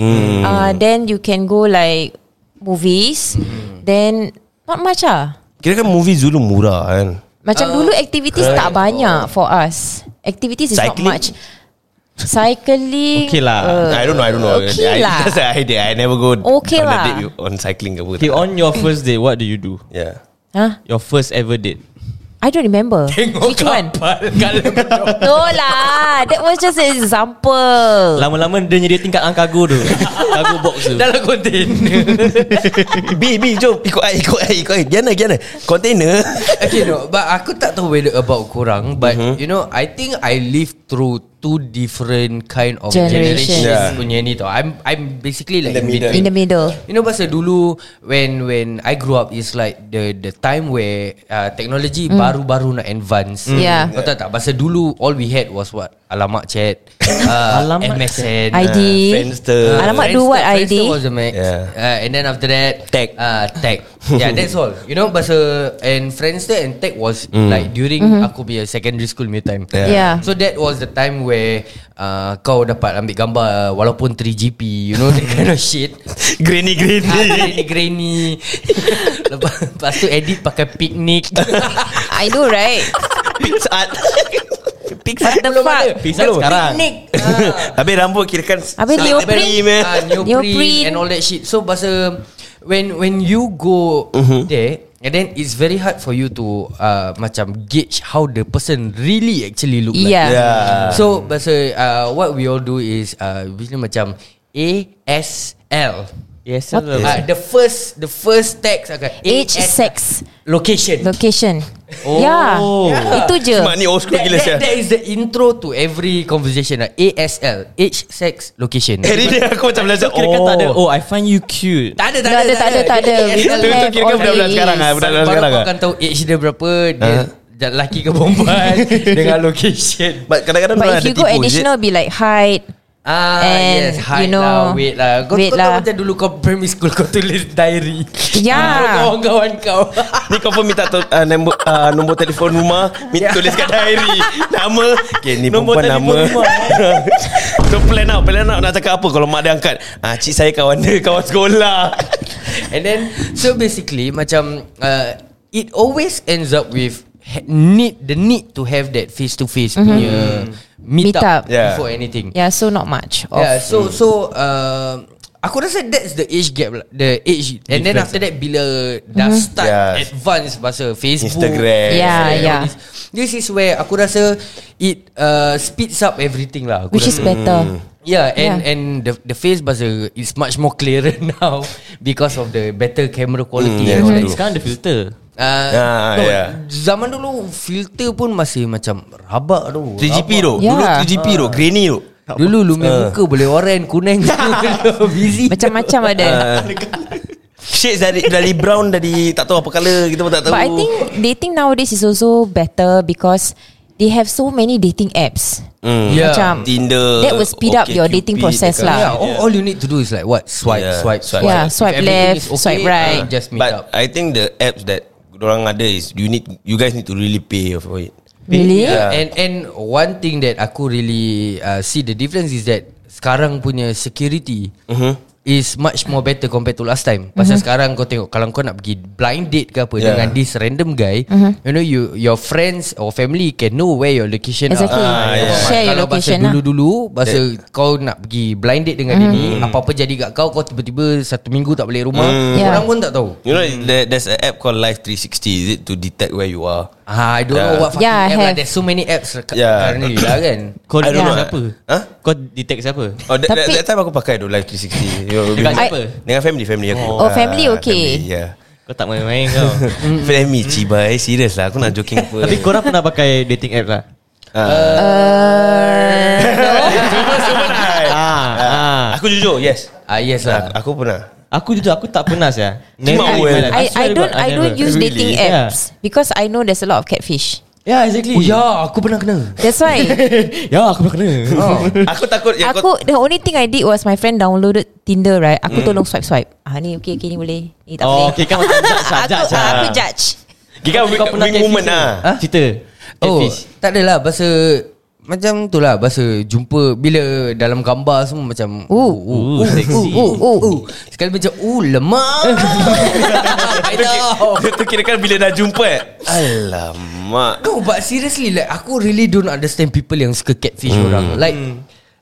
uh, Then you can go like Movies Then Not much ah
Kira kan movie Zulu murah kan
Macam uh, dulu activities tak banyak for us. Activities is
Cycling?
not much. Cycling. uh,
Okay lah.
I don't know I don't know I,
Okay lah.
That's the idea I never go
Okay
on a
lah.
date with- On cycling ke apa
Okay on your first date What do you do
Yeah
Huh?
Your first ever date
I don't remember. Which one? No lah. That was just an example.
Lama-lama dia punya dating kat Angkago tu Angkago box tu
Dalam konten.
B B jom ikut I ikut I ikut I Giana Giana Container
okay no, but aku tak tahu whether about korang,
Mhm.
but mm-hmm. you know, I think I live through two different kind of
Generations.
generations
Yeah.
punya ni tau. I'm I'm basically
In
like
the
in
middle.
between.
In the middle.
You know pasal dulu when when I grew up is like the the time where uh, technology mm. baru-baru nak advance.
Mm. Yeah.
Kau tahu tak pasal dulu all we had was what alamak chat, uh,
Alamak
alamak MSN.
ID.
Ah, Friendster.
Alamak
Friendster-
do what ID?
Friendster was the max.
Uh, Yeah.
Uh, and then after that
Tag.
Uh, tag. yeah, that's all. You know pasal and Friendster and tag was like during aku punya secondary school me time.
Mm. Yeah.
Mm-hmm. Yeah.
So that was the time where uh, kau dapat ambil gambar uh, walaupun 3GP, you know that kind of shit.
Grainy
Ah,
grainy
Grainy-grainy lepas, lepas tu edit pakai piknik
I know right.
Pizza art
What the fuck?
Pizza sekarang
Piknik
Habis rambut kira kan
Habis neoprene.
Blackberry, man.
ah, neoprene,
Neoprene.
uh, And all that shit So bahasa When when you go There And then it's very hard for you to uh, macam gauge how the person really actually look like. Ah.
Yeah.
Yeah.
So bahasa uh, what we all do is uh, bila macam A S L.
Yes,
What
sir.
Uh, the first the first text akan
Age,
ASL.
sex,
location.
location.
Oh.
Yeah.
Yeah.
Itu je.
Mak ni old school
That,
gila
that,
siya.
that is the intro to every conversation ah, lah. ASL, age, sex, location.
Hari ni aku macam belajar.
Kira kan tak ada.
Oh.
Oh, I find you cute.
Tak ada,
Tak ada, tak ada, tak ada. We
Itu
don't
itu
have
kira kan
all
budak-budak
the
sekarang ah,
is.
budak-budak
Baru
sekarang
kau
ah.
akan tahu age dia berapa, dia
Huh?
huh? lelaki ke perempuan dengan location.
But kadang-kadang
But
orang
if
lah, ada
you go
tipu, is it?
additional Be like height
Ah
And,
yes, height
you know,
lah, weight lah. Kau
weight
kau tahu
lah.
macam dulu kau primary school kau tulis diary.
Yeah.
Kau kawan-kawan kau.
Ni kau pun minta tu, uh, nombor, uh, nombor telefon rumah
Ya.
Minta tulis kat diary Nama Okay ni
Nombor
perempuan nama
telefon
So plan out Plan out nak cakap apa Kalau mak dia angkat ah, Cik saya kawan dia Kawan sekolah
And then so basically macam uh, it always ends up with ha- need the need to have that face to face punya meet,
Mhm. Meet
up,
up.
Mm. Yeah.
before anything.
Yeah so not much of
Yeah, so so uh, aku rasa that's the age gap lah. The age and then after that bila dah start
lah. Yes.
advance pasal Facebook,
Instagram.
Mm-hmm. Yeah,
Instagram,
yeah.
all This, this is where aku rasa it uh, speeds up everything lah. Aku
Which
rasa.
is
Hmm.
better
Yeah, and
Yeah.
and the the face buzzer is much more clearer now because of the better camera quality.
Mm, yeah,
and all that.
true.
Sekarang ada filter.
Uh,
Ah,
no,
yeah.
Zaman dulu filter pun masih macam rabak tu.
3GP
rabak.
tu
Yeah.
Dulu 3GP tu
Ah.
Grainy tu
Dulu lumen
Ah.
muka boleh oren kuning busy.
Macam-macam ada
Ah. Shades dari, dari brown Dari tak tahu apa colour Kita pun tak tahu
But I think dating nowadays is also better because they have so many dating apps.
Hmm.
Yeah.
Macam
Tinder
that will speed up your dating process
dekat-
lah.
Yeah, all, all you need to do is like what swipe,
Yeah.
swipe, swipe.
Yeah,
If
swipe
everything
left,
is
swipe right.
uh, Just meet
But
up.
I think the apps that Orang ada is You need You guys need to really pay for it
Really?
Yeah. And and one thing that aku really uh, see the difference is that sekarang punya security
Mhm.
is much more better compared to last time.
Mhm.
Pasal sekarang kau tengok kalau kau nak pergi blind date ke apa
Yeah.
dengan this random guy,
Mhm.
you know you your friends or family can know where your location are.
Exactly.
Ah, yeah.
Share your
kalau pasal
location lah.
dulu-dulu Pasal kau nak pergi blind date dengan dia ni
Mm-hmm.
Apa-apa jadi kat kau Kau tiba-tiba satu minggu tak balik rumah
Mm.
Yeah.
Orang pun tak tahu
You know there, There's an app called Live 360 Is it to detect where you are
Ah, I don't
Yeah.
know what fucking
Yeah, I
app lah
have.
There's so many apps
Yeah.
yeah. Currently lah kan
Kau
I don't
detect
know.
siapa?
Huh?
Kau detect siapa?
Oh, that, that,
Tapi-
that time aku pakai tu Live 360 You know,
Dekat
with-
siapa?
Dengan family Family aku
Oh, family
Ah,
okay. Hmm.
family, yeah.
Kau tak main-main kau.
Family cibai Serius lah Aku nak joking apa
Tapi korang pernah pakai dating app lah?
Uh, Eh,
Ah, ah.
Aku jujur yes
Ah, yes
Aku,
lah
aku pernah
Aku jujur aku tak pernah saya.
Cuma
Never in
well.
my life.
I, I
swear to
don't
God,
I don't
never.
use
Really?
dating
Yeah.
apps because I know there's a lot of catfish.
Yeah, exactly.
Oh ya, aku pernah kena.
That's why
Ya, aku pernah kena.
Oh. Eh,
Aku takut yang kau-
aku the only thing I did was my friend downloaded Tinder right.
Hmm.
Aku tolong swipe swipe. Ah ni okay okay ni boleh. Ni tak
Oh,
boleh.
okay, kau macam judge lah,
aku,
judge
ah,
lah.
aku judge.
Kira kau wing- wing
catfish
woman
ke?
lah
Ha? Cerita.
Oh,
Catfish.
tak adalah bahasa macam tu lah bahasa jumpa bila dalam gambar semua macam
Ooh.
ooh,
sexy.
ooh, ooh, ooh. Sekali macam ooh lemah. I know.
Itu kira kan bila dah jumpa eh Alamak
No, but seriously like aku really don't understand people yang suka catfish orang. Like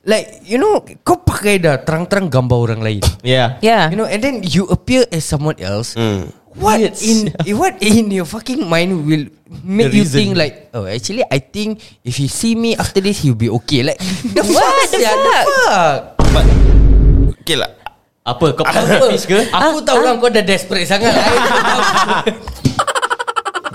like you know kau pakai dah terang-terang gambar orang lain.
Yeah.
Yeah.
You know and then you appear as someone else.
Hmm.
What
Weird,
in eh, what in your fucking mind will make
The
you
reason.
think like oh actually I think if he see me after this he'll be okay like the fuck
What the
sia, the
fuck?
fuck
Okay lah
Apa kau
apa
pernah catfish ke?
aku tahu lah kau dah desperate sangat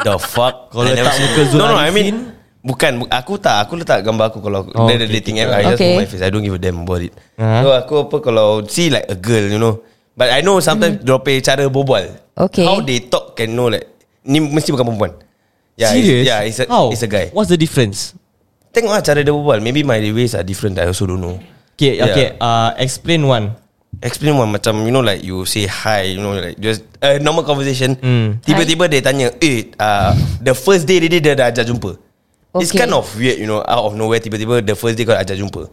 The fuck
Kau
I
letak
never seen-
muka Zul
No no I
Arifin?
mean Bukan bu- Aku tak Aku letak gambar aku Kalau
Oh,
oh, Dia ada
okay,
dating app I just
Okay.
okay. my face I don't give a damn about it
Ah.
So aku apa Kalau see like a girl You know But I know sometimes mm. Dia cara berbual
Mm-hmm. Okay.
How they talk Can know like Ni mesti bukan perempuan Yeah,
Serious?
It's, yeah, it's a,
How?
it's a guy.
What's the difference?
Tengok lah cara dia berbual. Maybe my ways are different. I also don't know.
Okay,
Yeah.
okay. Uh, explain one.
Explain one macam you know like you say hi, you know like just a uh, normal conversation.
Hmm.
Tiba-tiba dia tanya, eh, uh, the first day dia dia dah ajak jumpa. Okay. It's
Okay.
kind of weird, you know, out of nowhere tiba-tiba the first day kau ajak jumpa.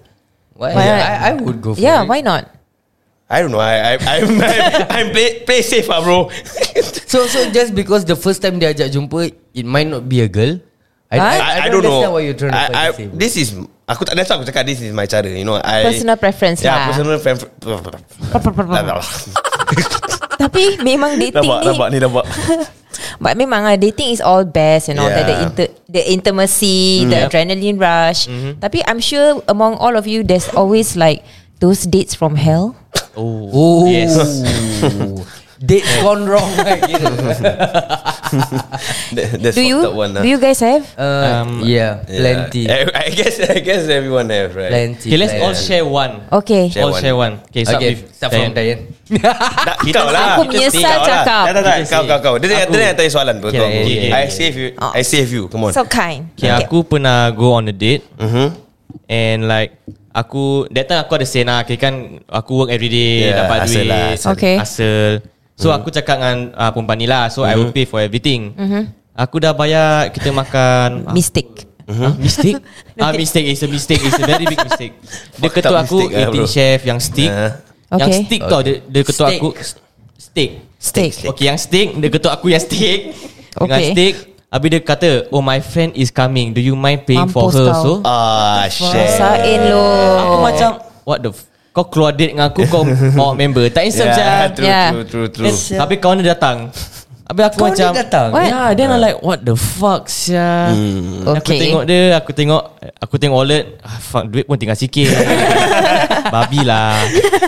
why
Why not?
I, I would go for
Yeah,
it
why not?
I don't know. I I I'm, I'm, I'm play play safe ah bro.
so so just because the first time dia ajak jumpa it might not be a girl I,
Huh?
I, I, don't know.
understand what you're trying to
I, I,
fucking say, bro.
this is aku tak that's why aku cakap this is my cara. You know, I
Personal preference
yeah,
lah.
personal preference.
Tapi memang dating
Nampak,
ni
nampak ni nampak.
But memang ah dating is all best and all that
Yeah.
the
Mm-hmm.
inter, the intimacy, the adrenaline rush. Tapi I'm sure among all of you there's always like those dates from hell.
Oh.
Yes.
Dates gone wrong. right?
That- That's
do you
fucked up one. ah.
do you guys have?
uh,
Um,
yeah,
Yeah. Eh,
plenty.
I, I guess I guess everyone have right.
Plenty.
Okay, let's all
plenty.
share one.
Okay.
Share
all
one.
share one. Okay, start,
Okay,
with
start from
Diane.
Diane.
Tak, kau lah.
Aku menyesal
Kau lah.
cakap.
Tak, tak, tak.
Kita
Kau,
say.
kau, kau. Dia yang- dia yang tanya soalan. Betul.
Okay, okay,
okay.
I save you. I save you. Come on.
Ah. So kind.
Okay, aku pernah go on a date
Mhm.
and like aku that time aku ada sen lah. Okay kan aku work every day
Yeah,
yeah, dapat
hustle Hmm.
duit.
lah,
hustle. Okay.
Hustle. So aku cakap dengan uh, perempuan ni lah. So I
Hmm.
will pay for everything. Aku dah bayar kita makan ah,
Mistake.
Huh? Mistake? ah, mistake. It's a mistake. It's a very big mistake. dia
Fucked
ketua
up
aku
mistake lah,
eating
bro.
chef yang steak.
Ah.
Yang
Okay.
steak tau. Dia, dia ketua
Steak.
aku s- steak.
Steak.
Okay, yang steak. Dia ketua aku yang steak. Dengan
Okay.
steak. Habis dia kata, oh my friend is coming. Do you mind paying for
Mampus
her?
kau.
So,
Ah, shit.
Rasain lo.
aku macam, what the f- kau keluar date dengan aku Kau bawa member Tak handsome
Yeah,
yeah,
true,
Yeah.
true, true, true.
Then, Habis kawan dia datang Habis aku
Kawan dia
macam
datang?
What? Yeah Then I like What the fuck sia Aku
Okay.
tengok dia Aku tengok Aku tengok wallet ah, Fuck duit pun tinggal sikit Babi lah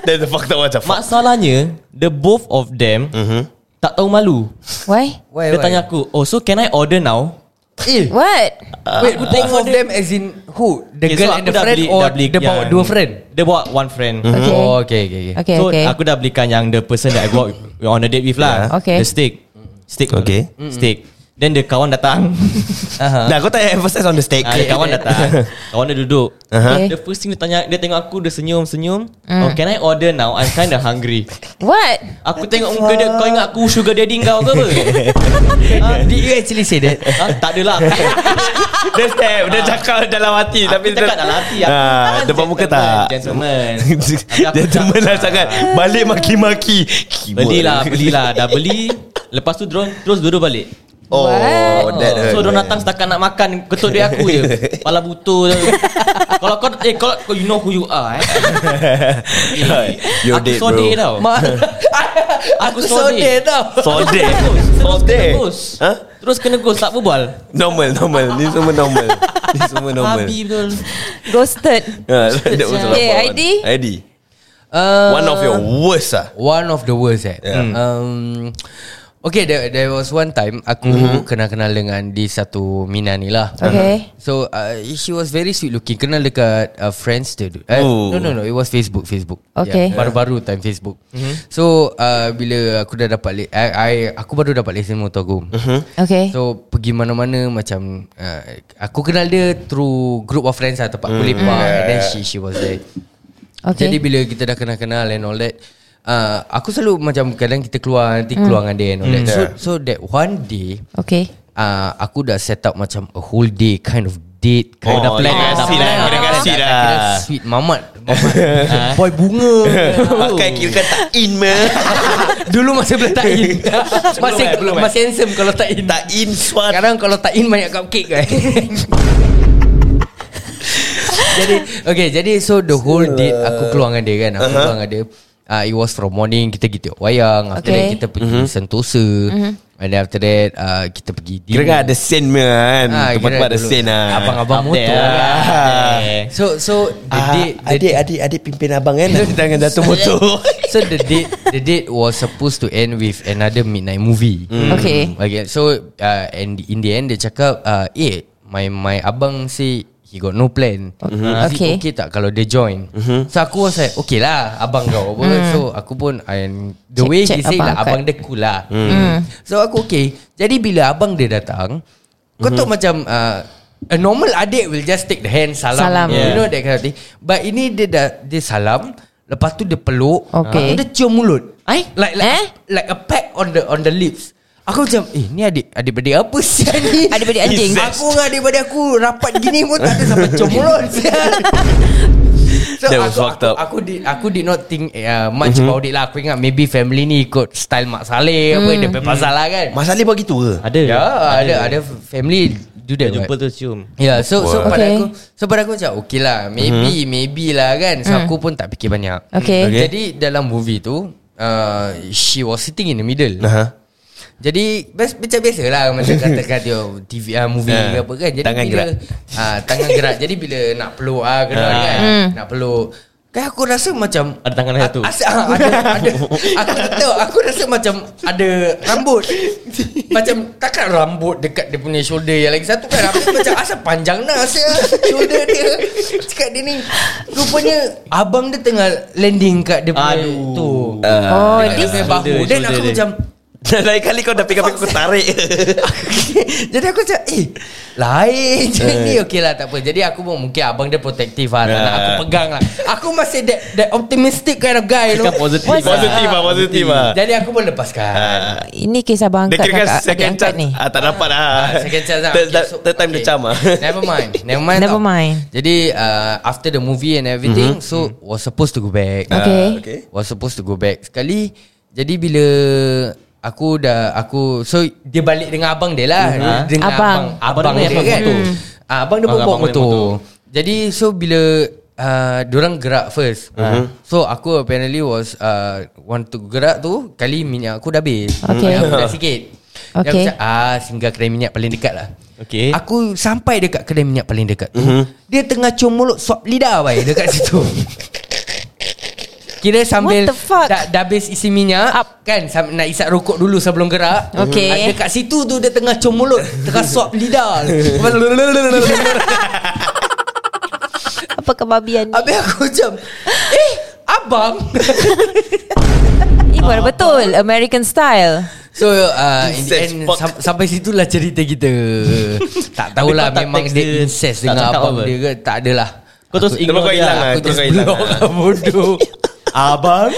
That's the fucked up one. macam, fuck.
Masalahnya The both of them Tak tahu malu
Why?
Why,
Dia
why?
tanya aku Oh so can I order now
Eh,
What?
wait, both of them as in who? The girl and the
dah
friend
beli-
or
dah beli
the bawa
yang-
dua friend?
Dia bawa one friend
Okay.
Oh, okay, okay, okay.
Mm-hmm. Okay,
So
okay.
aku dah belikan yang the person that I go out on a date with lah.
Yeah. Okay.
The steak. Steak. tu.
Okay.
Steak. Then the kawan datang.
Uh-huh.
Nah, kau tak emphasize on the steak. Uh-huh.
ah, the kawan datang. Kawan dia duduk.
Okay. Mm.
The first thing dia tanya, dia tengok aku dia senyum-senyum. Oh, can I order now? I'm kind of hungry.
What?
Aku tengok muka dia, kau ingat aku sugar daddy kau ke apa?
Did you actually say that?
ha? Tak adalah.
Dia step Dia cakap dalam hati
Tapi
Tapi
cakap dalam hati aku.
Ah, Depan muka tak
Gentleman. Habis aku
Dia teman lah sangat
cakap,
Balik maki-maki Keyboard.
Belilah, belilah. Dah beli. Lepas tu drone terus duduk balik.
Oh
What?
that
So dia datang setakat nak makan Ketuk dia aku je Pala butuh je. Kalau kau Eh kalau kau You know who you are eh.
You're
Aku
dead bro
sodek tau
Ma-
Aku sodek
tau.
Sodek
Terus kena
Sodek
ghost
Hah?
Terus kena ghost Tak berbual
Normal normal Ni semua normal Ni semua normal
Babi betul
Ghosted.
Ah, that was
Okay,
one.
ID?
ID
Uh,
One of your worst ah
One of the worst eh.
Yeah.
Yeah. Um, okay, there, there was one time aku
Mhm.
mm-hmm. kenal-kenal dengan di satu Mina ni lah.
Okay.
So uh, she was very sweet looking. Kenal dekat uh, friends dia. dulu. Eh,
Ooh.
no no no, it was Facebook, Facebook.
Okay.
Yeah, baru-baru time Facebook. Mm-hmm. So uh, bila aku dah dapat li- I, I aku baru dapat lesen motor aku.
Mhm.
Mm-hmm.
Okay.
So pergi mana-mana macam uh, aku kenal dia through group of friends lah tempat mm.
Hmm.
lepak and then she she was there.
Okay.
Okay. Jadi bila kita dah kenal-kenal and all that uh, aku selalu macam kadang kita keluar nanti keluar dengan dia and all that.
Hmm.
So so that one day
okay.
uh, aku dah set up macam a whole day kind of date kind
Oh,
of plan
kira kasi lah, kira kasi
Dah-
lah.
dah kira sweet mamat, mamat. boy bunga Oh.
Pakai kira kan tak in me
dulu masih belum tak in masih
eh,
masih handsome kalau tak in
Tak in suat
sekarang kalau tak in banyak cupcake kan Jadi Okay jadi so the whole date Aku keluar dengan dia kan Aku uh-huh. keluar dengan dia uh, It was from morning Kita pergi tengok wayang After okay. that
Okay.
kita pergi mm-hmm. Sentosa mm-hmm. And then after that uh, Kita pergi
Kira kan ada sen me kan
Ah,
Tempat-tempat
kira
ada
dulu.
sen lah
Abang-abang
Up
motor
there lah.
lah.
Yeah.
So so The
Ah,
date the
adik, adik, adik pimpin abang kan Nanti tangan jatuh motor
So the date the date was supposed to end with another midnight movie.
Mm. Okay.
Okay. So uh, and in the end dia cakap uh, eh my my abang say he got no plan. Is it
Mm-hmm. Okay. Mm-hmm.
okay tak kalau dia join? So aku was like okay lah abang kau apa. So aku pun and the
Check-
way he
check
say
Mm.
lah
abang kat- Mm.
abang dia cool lah. So aku okay. Jadi bila abang dia datang
Mm-hmm.
kau tahu macam uh, A normal adik will just take the hand salam,
Salam.
You
Yeah.
know that kind of thing But ini dia dah Dia salam Lepas tu dia peluk
Okay.
Lepas tu dia cium mulut.
Eh?
Like like
Eh?
like a peck on the on the lips. Aku macam Eh ni adik Adik-adik apa sih ni
Adik-beradik anjing.
Aku dengan adik-beradik aku Rapat gini pun tak ada Sampai cium mulut sial. So
That
aku,
was fucked
aku,
up.
aku did aku did not think uh, much mm-hmm. about it lah. Aku ingat maybe family ni ikut style Mak Saleh mm.
Hmm.
apa dia punya pasal lah kan.
Mas Ali begitu ke?
Ada
Ya, ada ada family do
Dia
that.
jumpa
Right?
tu cium
Yeah, so so
Wow.
pada
Okay.
aku so pada aku macam okay
Hmm.
lah, maybe mm-hmm. maybe lah kan. So mm. aku pun tak fikir banyak.
Okay.
Okay.
Jadi dalam movie tu uh, she was sitting in the middle.
Aha.
Jadi best, Macam biasa lah Macam katakan dia TV ah, Movie
Ah,
ke apa kan Jadi
tangan
bila,
gerak.
ah, Tangan gerak Jadi bila nak peluk ah, kena
Ah.
kan
Hmm.
Nak peluk Kan aku rasa macam
Ada tangan
A-
saya tu.
as- ah, ada, ada, Aku tak tahu Aku rasa macam Ada rambut Macam Takkan rambut Dekat dia punya shoulder Yang lagi satu kan Aku macam Asal panjang dah Asal shoulder dia Cakap dia ni Rupanya Abang dia tengah Landing kat dia punya
Aduh.
tu
Oh,
Dekat dia
this
punya bahu
Shoulder,
Then aku
shoulder dia.
macam
Dan lain kali kau dah pegang-pegang Kau tarik
Jadi aku macam Eh Lain je
Eh.
ni Okay lah tak apa Jadi aku pun mungkin Abang dia protektif lah Tak nak aku pegang lah Aku masih that, that optimistic kind of guy tu
Kan positif
What's
lah.
Positif lah Positif lah
Jadi aku pun
Ah.
lepaskan
Ini kisah abang
Dia
angkat
kira
kakak- adik
second
angkat
chance
ni
ah, Tak dapat lah
Second chance lah
Third
Okay, so-
third time the
okay.
charm lah
Never mind Never mind
Never
tau.
mind.
Jadi uh, After the movie and everything
Mhm.
So Was supposed to go back
Okay
Okay
Was supposed to go back Sekali Jadi bila Aku dah Aku So dia balik dengan abang dia lah
Mhm.
Dengan
Abang.
abang Abang,
Abang
dia,
dia naik
kan
motor.
Ah, Abang dia pun bawa
Abang- abang naik
motor.
motor.
Jadi so bila uh, Diorang gerak first
Mhm.
uh So aku apparently was uh, Want to gerak tu Kali minyak aku dah habis
Mhm.
Okay.
Minyak Aku dah sikit Dan
Okay.
Aku cakap ah, Singgah kedai minyak paling dekat lah
Okay. Mhm.
Aku sampai dekat kedai minyak paling dekat tu Dia tengah cium mulut Suap lidah baik Dekat situ Kira sambil
What the fuck?
Dah, dah habis isi minyak Up. Kan sam- Nak isap rokok dulu sebelum gerak
Okay.
Ada kat situ tu Dia tengah cium mulut Tengah suap lidah
Apa kebabian ni
Habis aku macam Eh Abang
Ini baru betul American style
So uh, In the
Incest
end
fuck.
sam- Sampai situlah cerita kita Tak tahulah
Tapi kau tak
Memang
text
dia,
dia,
incest
tak
Dengan
cakap
abang
apa?
dia ke Tak adalah
Kau
Terus
terus
kau
ignore
hilang
dia
lah
Aku
Terus
just
kau hilang
block
lah.
lah Bodoh
Abang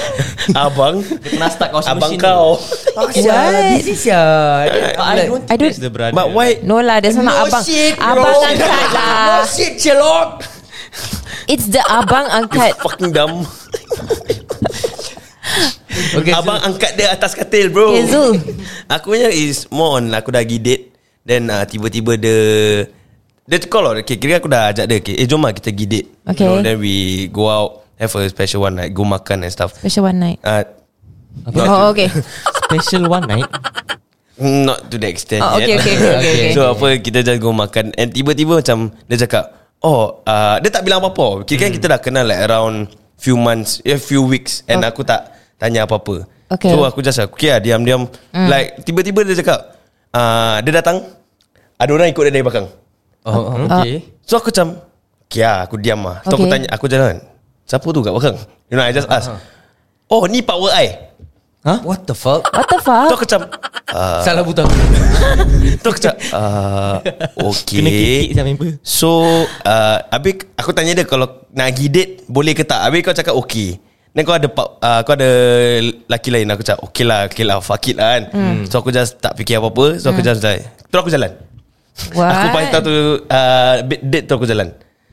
Abang
Dia pernah stuck washing
Abang
machine
kau
Asya This is ya
But I don't
I
think
don't-
that's the brother
But why
No lah That's not abang Abang angkat
No
lah
shit Sherlock
It's the abang angkat
Fucking dumb
Okay,
Abang angkat dia atas katil bro
Okay, Zul.
Aku punya is More on lah, Aku dah pergi date Then uh, tiba-tiba dia Dia call lah okay, Kira aku dah ajak dia okay, Eh jom lah kita pergi date
Okay.
you know, Then we go out Have a special one Like go makan and stuff
Special one night
uh, not,
Oh
to,
okay
Special one night
not to the extent
Oh, okay,
yet
okay, okay, okay, okay.
So apa Kita just go makan And tiba-tiba macam Dia cakap Oh uh, Dia tak bilang apa-apa Kira kan
Hmm.
kita dah kenal Like around Few months eh, Few weeks And aku tak Tanya apa-apa
Oh. Okay. Hmm.
So aku just Okay lah diam-diam Like tiba-tiba dia cakap uh, Dia datang Ada orang ikut dia dari belakang
Oh,
Okay
So aku macam Okay lah aku diam lah So aku
Okay. Ah.
tanya Aku jalan Siapa tu kat belakang You know I just ask Oh ni power I
Ah. What the fuck?
What
So
the fuck
aku macam uh,
Salah buta
Tu aku cakap
Ah.
uh, Okay
Kena kikik sama member
So uh, Habis aku tanya dia Kalau nak pergi date Boleh ke tak Habis kau cakap okay Then kau ada pa- uh, Kau ada Laki lain Aku cakap okay lah Okay lah fuck it lah kan
Hmm.
So aku just tak fikir apa-apa So aku just like Terus aku jalan
What
Aku paling tahu tu uh, Date tu aku jalan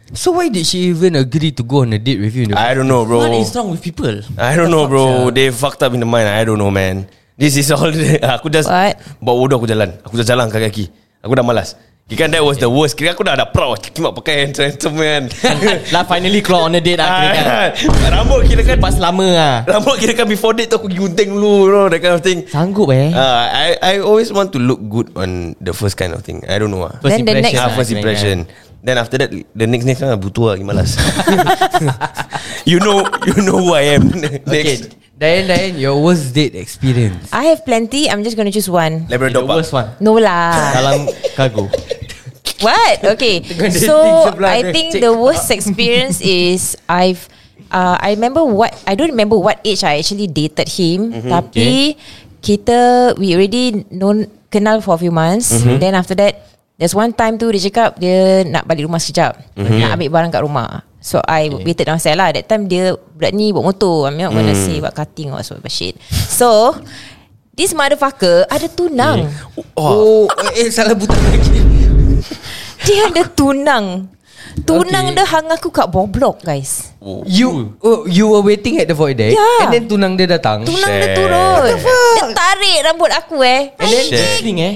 So why did she even agree to go on a date with you?
I don't know bro
What is wrong with people
I don't know bro They fucked up in the mind I don't know man This is all Aku just
What?
Bawa bodoh aku jalan Aku just jalan kaki-kaki Aku dah malas Kira kan that was the worst Kira aku dah dah proud Kimak pakai handsome handsome kan
Lah finally keluar on a date lah kira kan
Ah, Rambut kira kan
Lepas lama lah
Rambut kira kan before date tu aku gunting dulu you know, That kind of thing
Sanggup eh
uh, I I always want to look good on the first kind of thing I don't know ah.
First Then the next-
Ah,
lah
first
sebenarnya.
impression. Then after that The next next kan Butuh lah lagi malas You know You know who I am Next
Okay. Diane, Diane, your worst date experience.
I have plenty I'm just gonna choose one
Labrador
The
Park
worst one
No lah
Dalam kargo
What? Okay.
dating
so
sebelah
I
dia.
think
Cik.
the worst experience is I've uh, I remember what I don't remember what age I actually dated him.
Mhm.
Tapi kita we already known kenal for a few months.
Mhm.
Then after that there's one time tu dia cakap dia nak balik rumah sekejap.
Mhm.
Nak ambil barang kat rumah. So I waited downstairs lah That time dia Budak ni bawa motor I'm not gonna
Mm.
say About cutting or whatever shit So This motherfucker Ada tunang
Oh, eh salah buta lagi.
Dia ada tunang Tunang
Okay.
dia hang aku kat bawah blok guys
You oh, you were waiting at the void deck
Yeah.
and then tunang dia datang.
Tunang dia
Shit.
turun Dia tarik rambut aku eh
And then
Shit.
Thing eh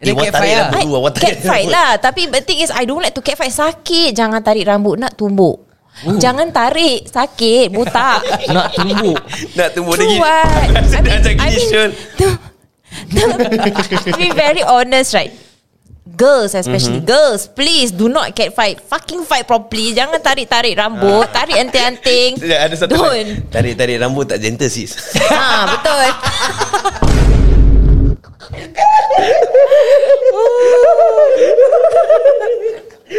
and then
Eh, what
cat
tarik
fire.
rambut?
I
Aduh, awak tarik
cat fight
rambut.
lah Tapi the thing is I don't like to cat fight Sakit Jangan tarik rambut Nak tumbuk Ooh. Jangan tarik Sakit Botak
Nak tumbuk
Nak tumbuh lagi
True ah. what
Sedap macam gini Syul
to, to, To be very honest right Girls especially mm-hmm. Girls please Do not get fight Fucking fight properly Jangan tarik-tarik rambut Tarik anting-anting
Ya, Ada satu
Don't
lagi. Tarik-tarik rambut tak gentle sis
ah, Betul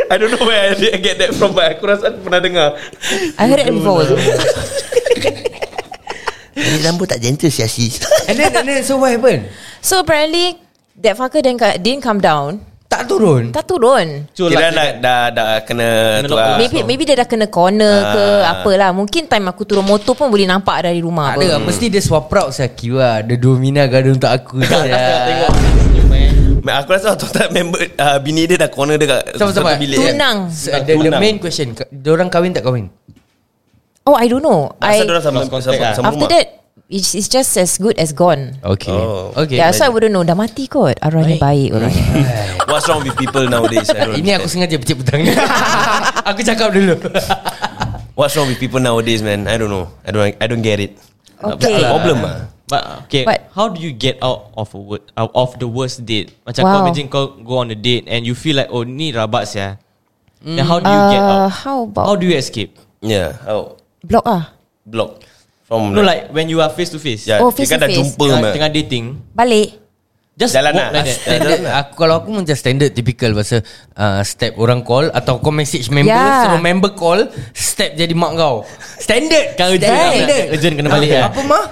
I don't know where I did get that from But aku rasa aku pernah dengar
I heard it before also.
Tarik rambut tak gentle sis sis
And then, and then so what happened?
So apparently That fucker didn't, co- didn't come down
Tak turun.
Tak turun
Cul
Kira
lah.
dah, dah, dah kena
Kena
tu lah
Maybe maybe dia dah kena corner ke Apalah Mungkin time aku turun motor pun Boleh nampak dari rumah
Tak
apa.
ada. Mesti dia swap out Saki lah. Dia dua mina gaduh untuk aku. Tengok.
Aku rasa total member uh, Bini dia dah corner dia kat
Sabar, sabar.
satu bilik kan.
Tunang
The, the main question. Diorang kahwin tak kahwin?
Oh I don't know
Masa
I,
dia orang sama,
Lost
sama,
contact
sama,
lah.
sama
After
rumah
that it's, it's just as good as gone
Okay.
Oh.
Okay.
Yeah so I wouldn't know Dah mati kot Arwahnya baik orangnya
What's wrong with people nowadays I don't
Ini aku sengaja pecik petang Aku cakap dulu
What's wrong with people nowadays, man? I don't know. I don't. I don't get it.
Okay.
Apa problem
lah.
ah?
But okay,
But-
but, how do you get out of a word out of the worst date? Macam
Wow.
kau imagine kau go on a date and you feel like oh ni rabat ya. Then how do you get
uh,
out?
How
How
about
do you escape?
Yeah. How?
Block ah
Block. From
No, like when you are face to face.
yeah,
Oh,
dia
face
kan
to
dah
face.
jumpa
Tengah,
man.
tengah dating.
Balik
Just
Jalan
walk
lah.
like that.
Standard aku, Kalau aku macam standard Typical pasal uh, Step orang call Atau kau message member
Yeah.
yeah. Suruh member call Step jadi mak kau Standard
Kau urgent
Standard.
lah, Mat. Urgent kena balik lah.
Apa mah?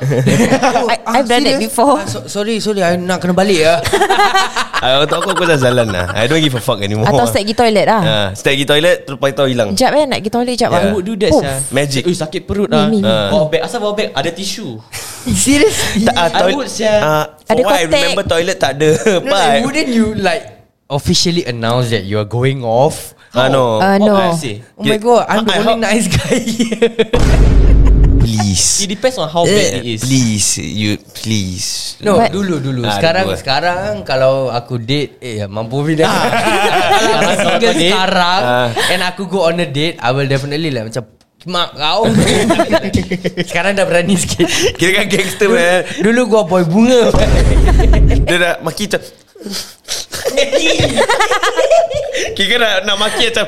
I- I've done that before.
so, Sorry sorry I nak kena balik lah
Ah, Untuk aku aku dah jalan lah. I don't give a fuck anymore.
Atau step pergi toilet lah
Ah, stay pergi toilet terus pergi tahu hilang.
Sekejap eh nak pergi toilet Sekejap
Yeah.
I would do that
Poof.
sia.
Magic.
Eh sakit perut lah.
Ni, ni, ni.
Bawa beg. Asal bawa beg? Ada tisu.
Serious
Tak, ah,
I would sia.
ah, for
Ada
what I
contact.
remember toilet tak ada
no, like,
pipe.
Wouldn't you like Officially announce that You are going off
Ah no.
Uh, no
What I say?
Oh my god I'm the
I
only
hope-
nice guy here
Please.
It depends on how
Eh,
bad it is.
Please, you please.
No,
But-
But, dulu dulu.
Ah,
sekarang
dulu, eh.
sekarang kalau aku date eh ya, mampu bila. kalau aku
Kalau
single
kau date,
sekarang
ah.
and aku go on a date, I will definitely like macam mak kau. sekarang dah berani sikit.
Kira kan gangster man.
Dulu gua boy bunga.
Dia dah maki macam Kira kan nak, nak maki macam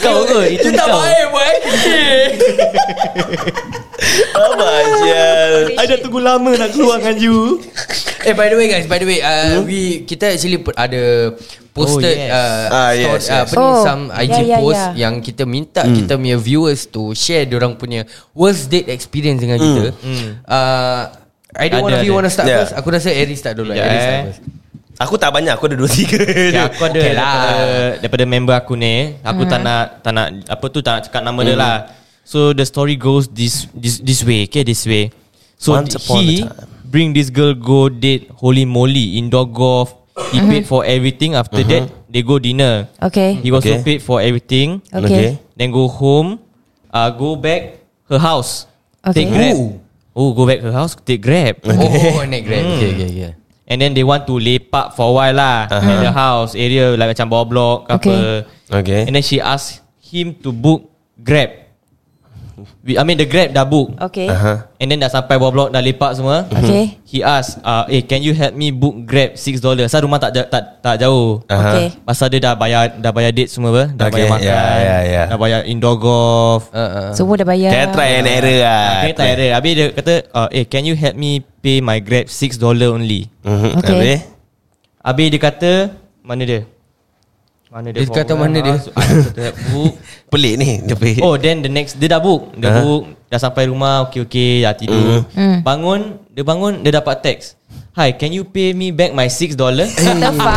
Kau ke? Itu
tak
kau.
baik boy.
Apa aja
I dah tunggu lama nak keluar kan. dengan you.
eh by the way guys, by the way, uh,
Hmm?
we kita actually put, ada posted
Oh, yes.
uh,
Ah,
story-
yes,
uh,
yes. Hmm.
apa ni,
Oh,
some IG
yeah, yeah,
post
yeah.
yang kita minta kita punya viewers to share orang punya worst date experience dengan kita. Uh, I don't
Hmm. Ada,
want of you
ada.
want to start
Hmm. Yeah.
first. Aku rasa Eri start dulu. lah.
Sekejap,
Eri
eh.
start first.
Aku tak banyak Aku ada dua tiga je.
Okay, aku ada
Okay
okay
lah.
lah. daripada, Mm-hmm. daripada member aku ni, aku tak nak tak nak apa tu tak nak cakap nama dia lah. So the story goes this this this way, okay this way. So
Once upon
he
a time.
bring this girl go date holy moly indoor golf. He paid for everything. After that, they go dinner.
Okay
He also
Mm-hmm. Okay.
paid for everything.
Okay.
Then go home, uh, go back her house.
Okay.
Take grab.
Ooh.
Oh, go back her house, take grab.
Oh, oh, neck grab.
Hmm.
Okay, okay, okay.
And then they want to lepak for a while lah uh-huh. at the house area like macam bawah blok ke
Okay.
apa.
Okay.
And then she asked him to book Grab. We, I mean the Grab dah book.
Okay
Aha.
And then dah sampai bawah blok dah lepak semua.
Mhm. Okay.
He asked, uh, "Eh, can you help me book Grab 6 dollar? Saya rumah tak ja- tak tak jauh."
Aha.
Okay
Pasal dia dah bayar dah bayar date semua apa? Dah
Okay,
bayar makan.
yeah, yeah, yeah.
Dah bayar indoor golf.
Uh, uh.
Semua dah bayar
Kaya try and error lah
Okay, tak ada. Habis dia kata, uh, "Eh, can you help me pay my Grab 6 dollar only?"
Mhm.
Okay.
Habis?
Habis dia kata Mana dia? Mana
Dia kata mana dia?
Ah, dia? book.
Pelik ni Dia pelik
Oh then the next Dia dah book Dia
Huh?
book Dah sampai rumah Okay okay Dah tidur Bangun Dia bangun Dia dapat text Hi can you pay me back my 6 dollar
What the fuck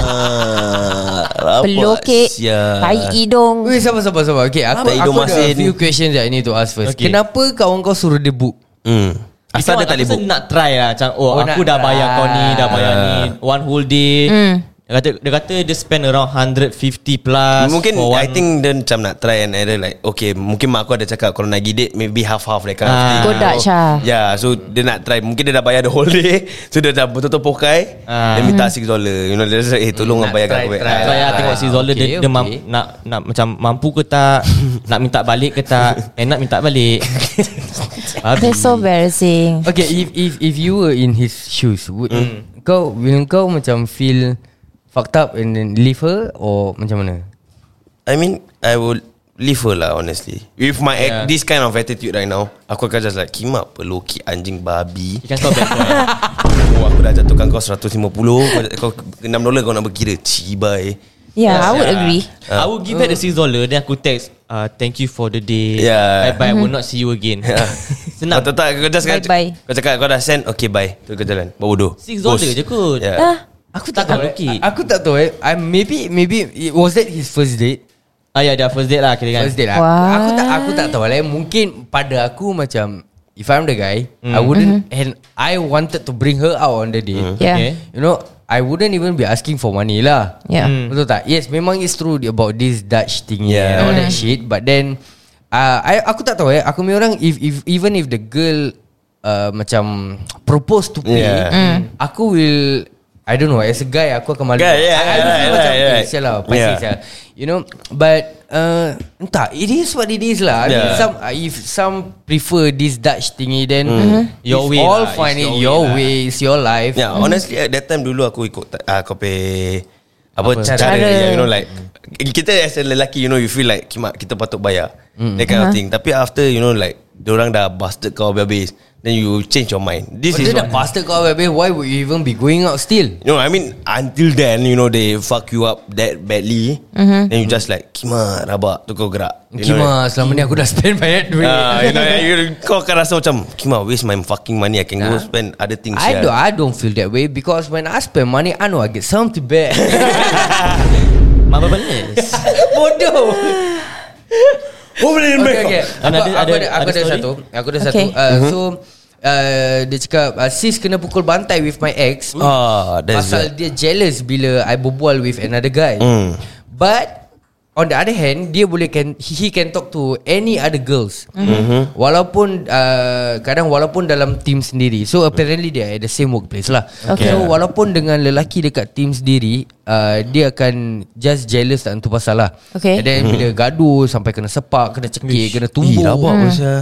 Ah,
Pelokek
rabak sia.
Tai hidung
Wait, sabar, sabar, sabar. Okay, aku,
Apa?
aku
Hidung
ada a
masin.
few questions that I need to ask first. Okay.
Okay.
Kenapa kawan kau suruh dia book?
Hmm. Asal dia tak boleh book
Nak try lah Macam oh,
Oh,
Aku
nak
dah bayar
try.
kau ni Dah bayar ni One whole day Dia kata dia kata dia spend around 150 plus
Mungkin
for
I
one-
think Dia macam nak try and error Like okay Mungkin mak aku ada cakap Kalau nak gidit Maybe half-half like kind of
Ah.
thing.
Go Dutch
So,
ah.
Yeah so Dia nak try Mungkin dia dah bayar the whole day So dia dah betul-betul pokai
Ah. Hmm.
Dia minta 6 dollar You know Dia just Eh tolong
Nak
bayar kat
try,
aku
try.
Ah.
Saya
Ah,
tengok si
okay,
Zola okay, dia, dia mam,
okay.
nak nak macam mampu ke tak nak minta balik ke tak eh nak minta balik Babi.
That's so embarrassing
Okay if if if you were in his shoes would mm.
Hmm.
kau will kau macam feel fucked up and then leave her or macam mana?
I mean I would Leave her lah honestly With my yeah. This kind of attitude right now Aku akan just like Kim apa Loki anjing babi
Ikan kau best
Oh aku dah jatuhkan kau 150 Kau, kau 6 dollar kau nak berkira Cibai
Yeah I would agree
Uh, I will give back the six dollar Then aku text uh, Thank you for the day
Yeah.
Bye bye I
Mm-hmm.
will not see you again
Senang
Senang
Ya. Kau tak Kau just
Bye-bye.
Kau cakap kau dah send Okay bye Terus kau jalan Bawa bodoh Ya.
Six dollar je kot
yeah.
Ah,
Aku tak tahu
eh.
Loki
Aku tak tahu eh. I, maybe maybe it, was that his first date?
Ah ya dah first date lah kira kan
First date lah.
What?
Aku tak aku tak tahu lah. Mungkin pada aku macam if I'm the guy, mm.
Hmm.
I wouldn't mm-hmm. and I wanted to bring her out on the date. Mm.
Mhm. Yeah
Okay.
You know, I wouldn't even be asking for money lah.
Yeah.
Mm. Betul tak? Yes, memang it's true about this Dutch thing
Hmm. Yeah.
yeah. and all that
Mm-hmm.
shit. But then, uh, I aku tak tahu eh. Aku punya orang, if, if even if the girl uh, macam propose to me,
Yeah.
Mm.
aku will I don't know. As a guy, aku akan malu.
Guy, yeah,
I, I will
right,
feel
right,
macam,
right,
eh,
right.
sial lah, paiseh
Yeah.
sial. You know, but uh, entah. It is what it is lah. I mean,
Yeah.
some if some prefer this Dutch thingy, then
Hmm.
your it's
Your
way
way
all
lah,
fine.
it's
It's
your
your
way lah.
way, it's your life.
Yeah, Ya, honestly at that time dulu aku ikut uh, kau pay apa, cara, cara.
Cara.
Yeah, you know like kita as a lelaki you know you feel like kimak kita patut bayar. Mm. That kind uh-huh. of thing. Tapi after you know like orang dah busted kau habis then you change your mind. This
Oh,
is
This is dah
what,
bastard kau babe Why would you even be going out still
You know, I mean until then you know they fuck you up that badly. Mm-hmm. Then you just like kimak rabak tu kau gerak. You know,
Kima selama ni aku dah spend banyak duit
Ah, you know, you, kau akan rasa macam Kima waste my fucking money I can go spend other things
Ah. I
yeah.
don't I don't feel that way Because when I spend money I know I get something back
Mama balas
Bodoh
Oh boleh
Okay okay
And
Aku ada, aku
ada- ada-
ada, aku
ada
ada
story?
satu Aku ada
Okay.
satu uh, So uh, Dia cakap uh, Sis kena pukul bantai with my ex
Ah, that's
Pasal dia jealous Bila I berbual with another guy
Mm.
But On the other hand Dia boleh can He he can talk to Any other girls mm-hmm. Walaupun uh, Kadang walaupun dalam team sendiri So apparently Dia at the same workplace lah okay.
Okay.
So walaupun dengan lelaki Dekat team sendiri uh, Dia akan Just jealous tak Tentu pasal lah
Okay.
And then bila gaduh Sampai kena sepak Kena cekik Kena
Ih,
tumbuk
rabak
Hmm.
mm. pasal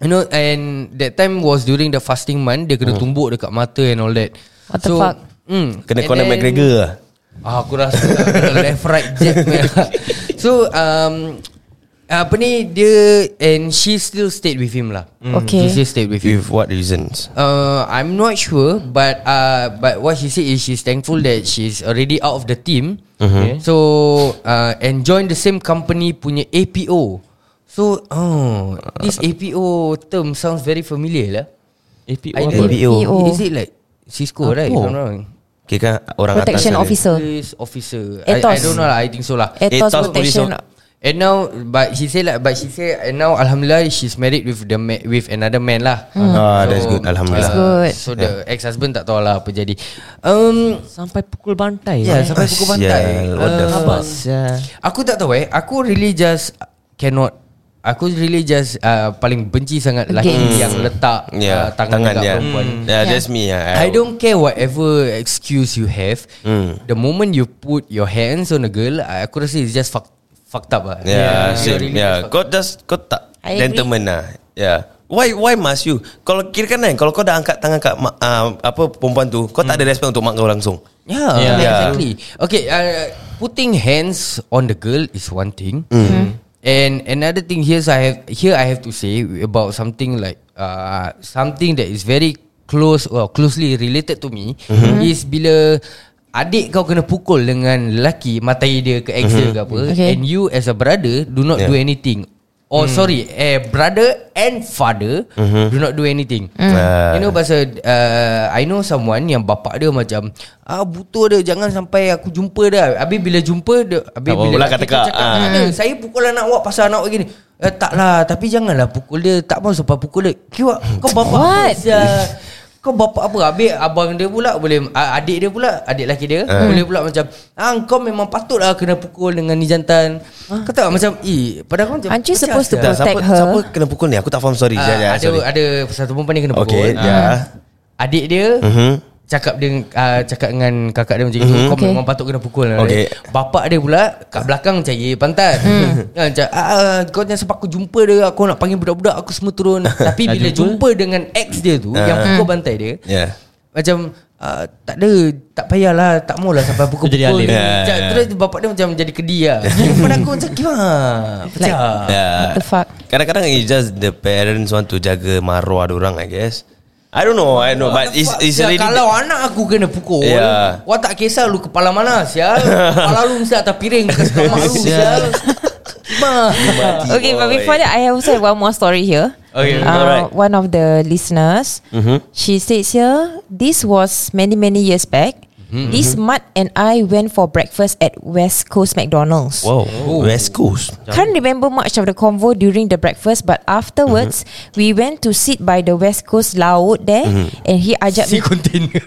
You know And that time was during the fasting month Dia kena tumbuk dekat mata And all that
What the fuck?
Mm,
Hmm. Kena
And
Conor
then-
McGregor lah
Ah, aku rasa tak kena left right jab merah. So um, apa ni dia and she still stayed with him lah.
Okay.
She still stayed with him.
With what reasons?
Uh, I'm not sure, but uh, but what she said is she's thankful that she's already out of the team. Mm-hmm. So uh, and join the same company punya APO. So oh, this APO term sounds very familiar lah.
APO
I-
apa
APO.
APO.
Is it like Cisco right? If I'm not wrong.
Kira kan orang
Protection
atas
officer
Police officer. I, I
Ethos.
don't know lah. I think so lah.
Ethos
Ethos
protection
police
And now but she say like but she say and now alhamdulillah she's married with the ma- with another man lah.
Hmm. Ah, that's good, alhamdulillah.
That's good.
So the ex husband tak tahu lah apa jadi. Um
Sampai pukul bantai
yeah, sampai pukul
Sial,
bantai.
what the
Uh,
fuck?
Aku tak tahu eh. Aku really just cannot Aku really just uh, paling benci sangat lelaki
Against.
yang letak yeah. uh,
Hmm. Yeah,
tangan, tangan dekat
yeah.
perempuan.
Ya,
Ya.
Mm. yeah, that's me yeah.
I don't care whatever excuse you have.
Hmm.
Mm. The moment you put your hands on a girl, I- aku rasa it's just fuck, fucked up lah.
Yeah, yeah
You're
same
really
yeah.
just fucked
Kau just Kau tak
I agree.
Gentleman lah Yeah Why why must you Kalau kira kan kan Kalau kau dah angkat tangan kat mak, uh, Apa perempuan tu Kau tak
Hmm.
ada respect untuk mak kau langsung
Yeah,
Yeah.
yeah.
Yeah.
Ya, exactly. Okay, uh, putting hands on the girl is one thing. And another thing here, I have here I have to say about something like uh, something that is very close or closely related to me is bila adik kau kena pukul dengan lelaki matai dia ke ex dia ke apa
Okay.
and you as a brother do not
Yeah.
do anything. Oh sorry, eh brother and father
Mm-hmm.
do not do anything.
Ah.
You know pasal uh, I know someone yang bapak dia macam ah butuh dia jangan sampai aku jumpa dia. Habis bila jumpa dia habis
Tak apa,
bila
ulang
lelaki tu
kata-kata.
cakap,
Ah.
Hmm.
"Eh, saya pukul anak awak pasal anak awak gini. Eh, tak lah tapi janganlah pukul dia tak mau sampai pukul dia. Kiwa kau bapak
What?
aku, Zah. Kau bapa apa Habis abang dia pula boleh a- Adik dia pula Adik lelaki dia
Hmm.
Boleh pula macam ah, Kau memang patutlah Kena pukul dengan ni jantan Kau tahu macam Eh padahal kau macam
Aren't you
macam
Ah. supposed to
asal.
Dah, siapa,
Protect her.
siapa kena pukul ni? Aku tak faham, sorry. Uh,
Ah,
ya,
ada
sorry.
ada satu perempuan ni kena pukul.
Okay,
Ah.
ya.
Adik dia
Mhm.
cakap dengan uh, cakap dengan kakak dia macam
Mhm.
mm-hmm. itu kau
Okay.
okay. memang patut kena pukul lah.
Okay.
Bapak dia pula kat belakang macam ye pantat.
Hmm.
Ya, macam ah, ah, kau jangan sebab aku jumpa dia aku nak panggil budak-budak aku semua turun. Tapi
Dah
bila
jumpa? Ah.
jumpa dengan ex dia tu yang pukul
Hmm.
bantai dia
Ya.
macam Uh, tak ada Tak payahlah Tak maulah sampai pukul-pukul
Jadi alim. Ah.
yeah,
Ya, ya,
Terus bapak dia macam Jadi kedi lah Pada aku macam Gimana
Like-
Pecah
Ya.
What the fuck?
Kadang-kadang it's just the parents want to jaga maruah orang, I guess. I don't know, I know, but it's, it's
Ya,
already...
Kalau anak aku kena pukul
Ya.
Wah tak kisah lu kepala mana sial Kepala lu mesti atas piring Bukan sekamar lu ya. sial Ma
Okay, but before that, I also have one more story here. Uh,
Okay,
alright.
One of the listeners, she says here, this was many many years back. This Matt and I went for breakfast at West Coast McDonald's.
Wow,
Oh.
West Coast.
Can't remember much of the convo during the breakfast, but afterwards we went to sit by the West Coast laut there, and he ajak me
container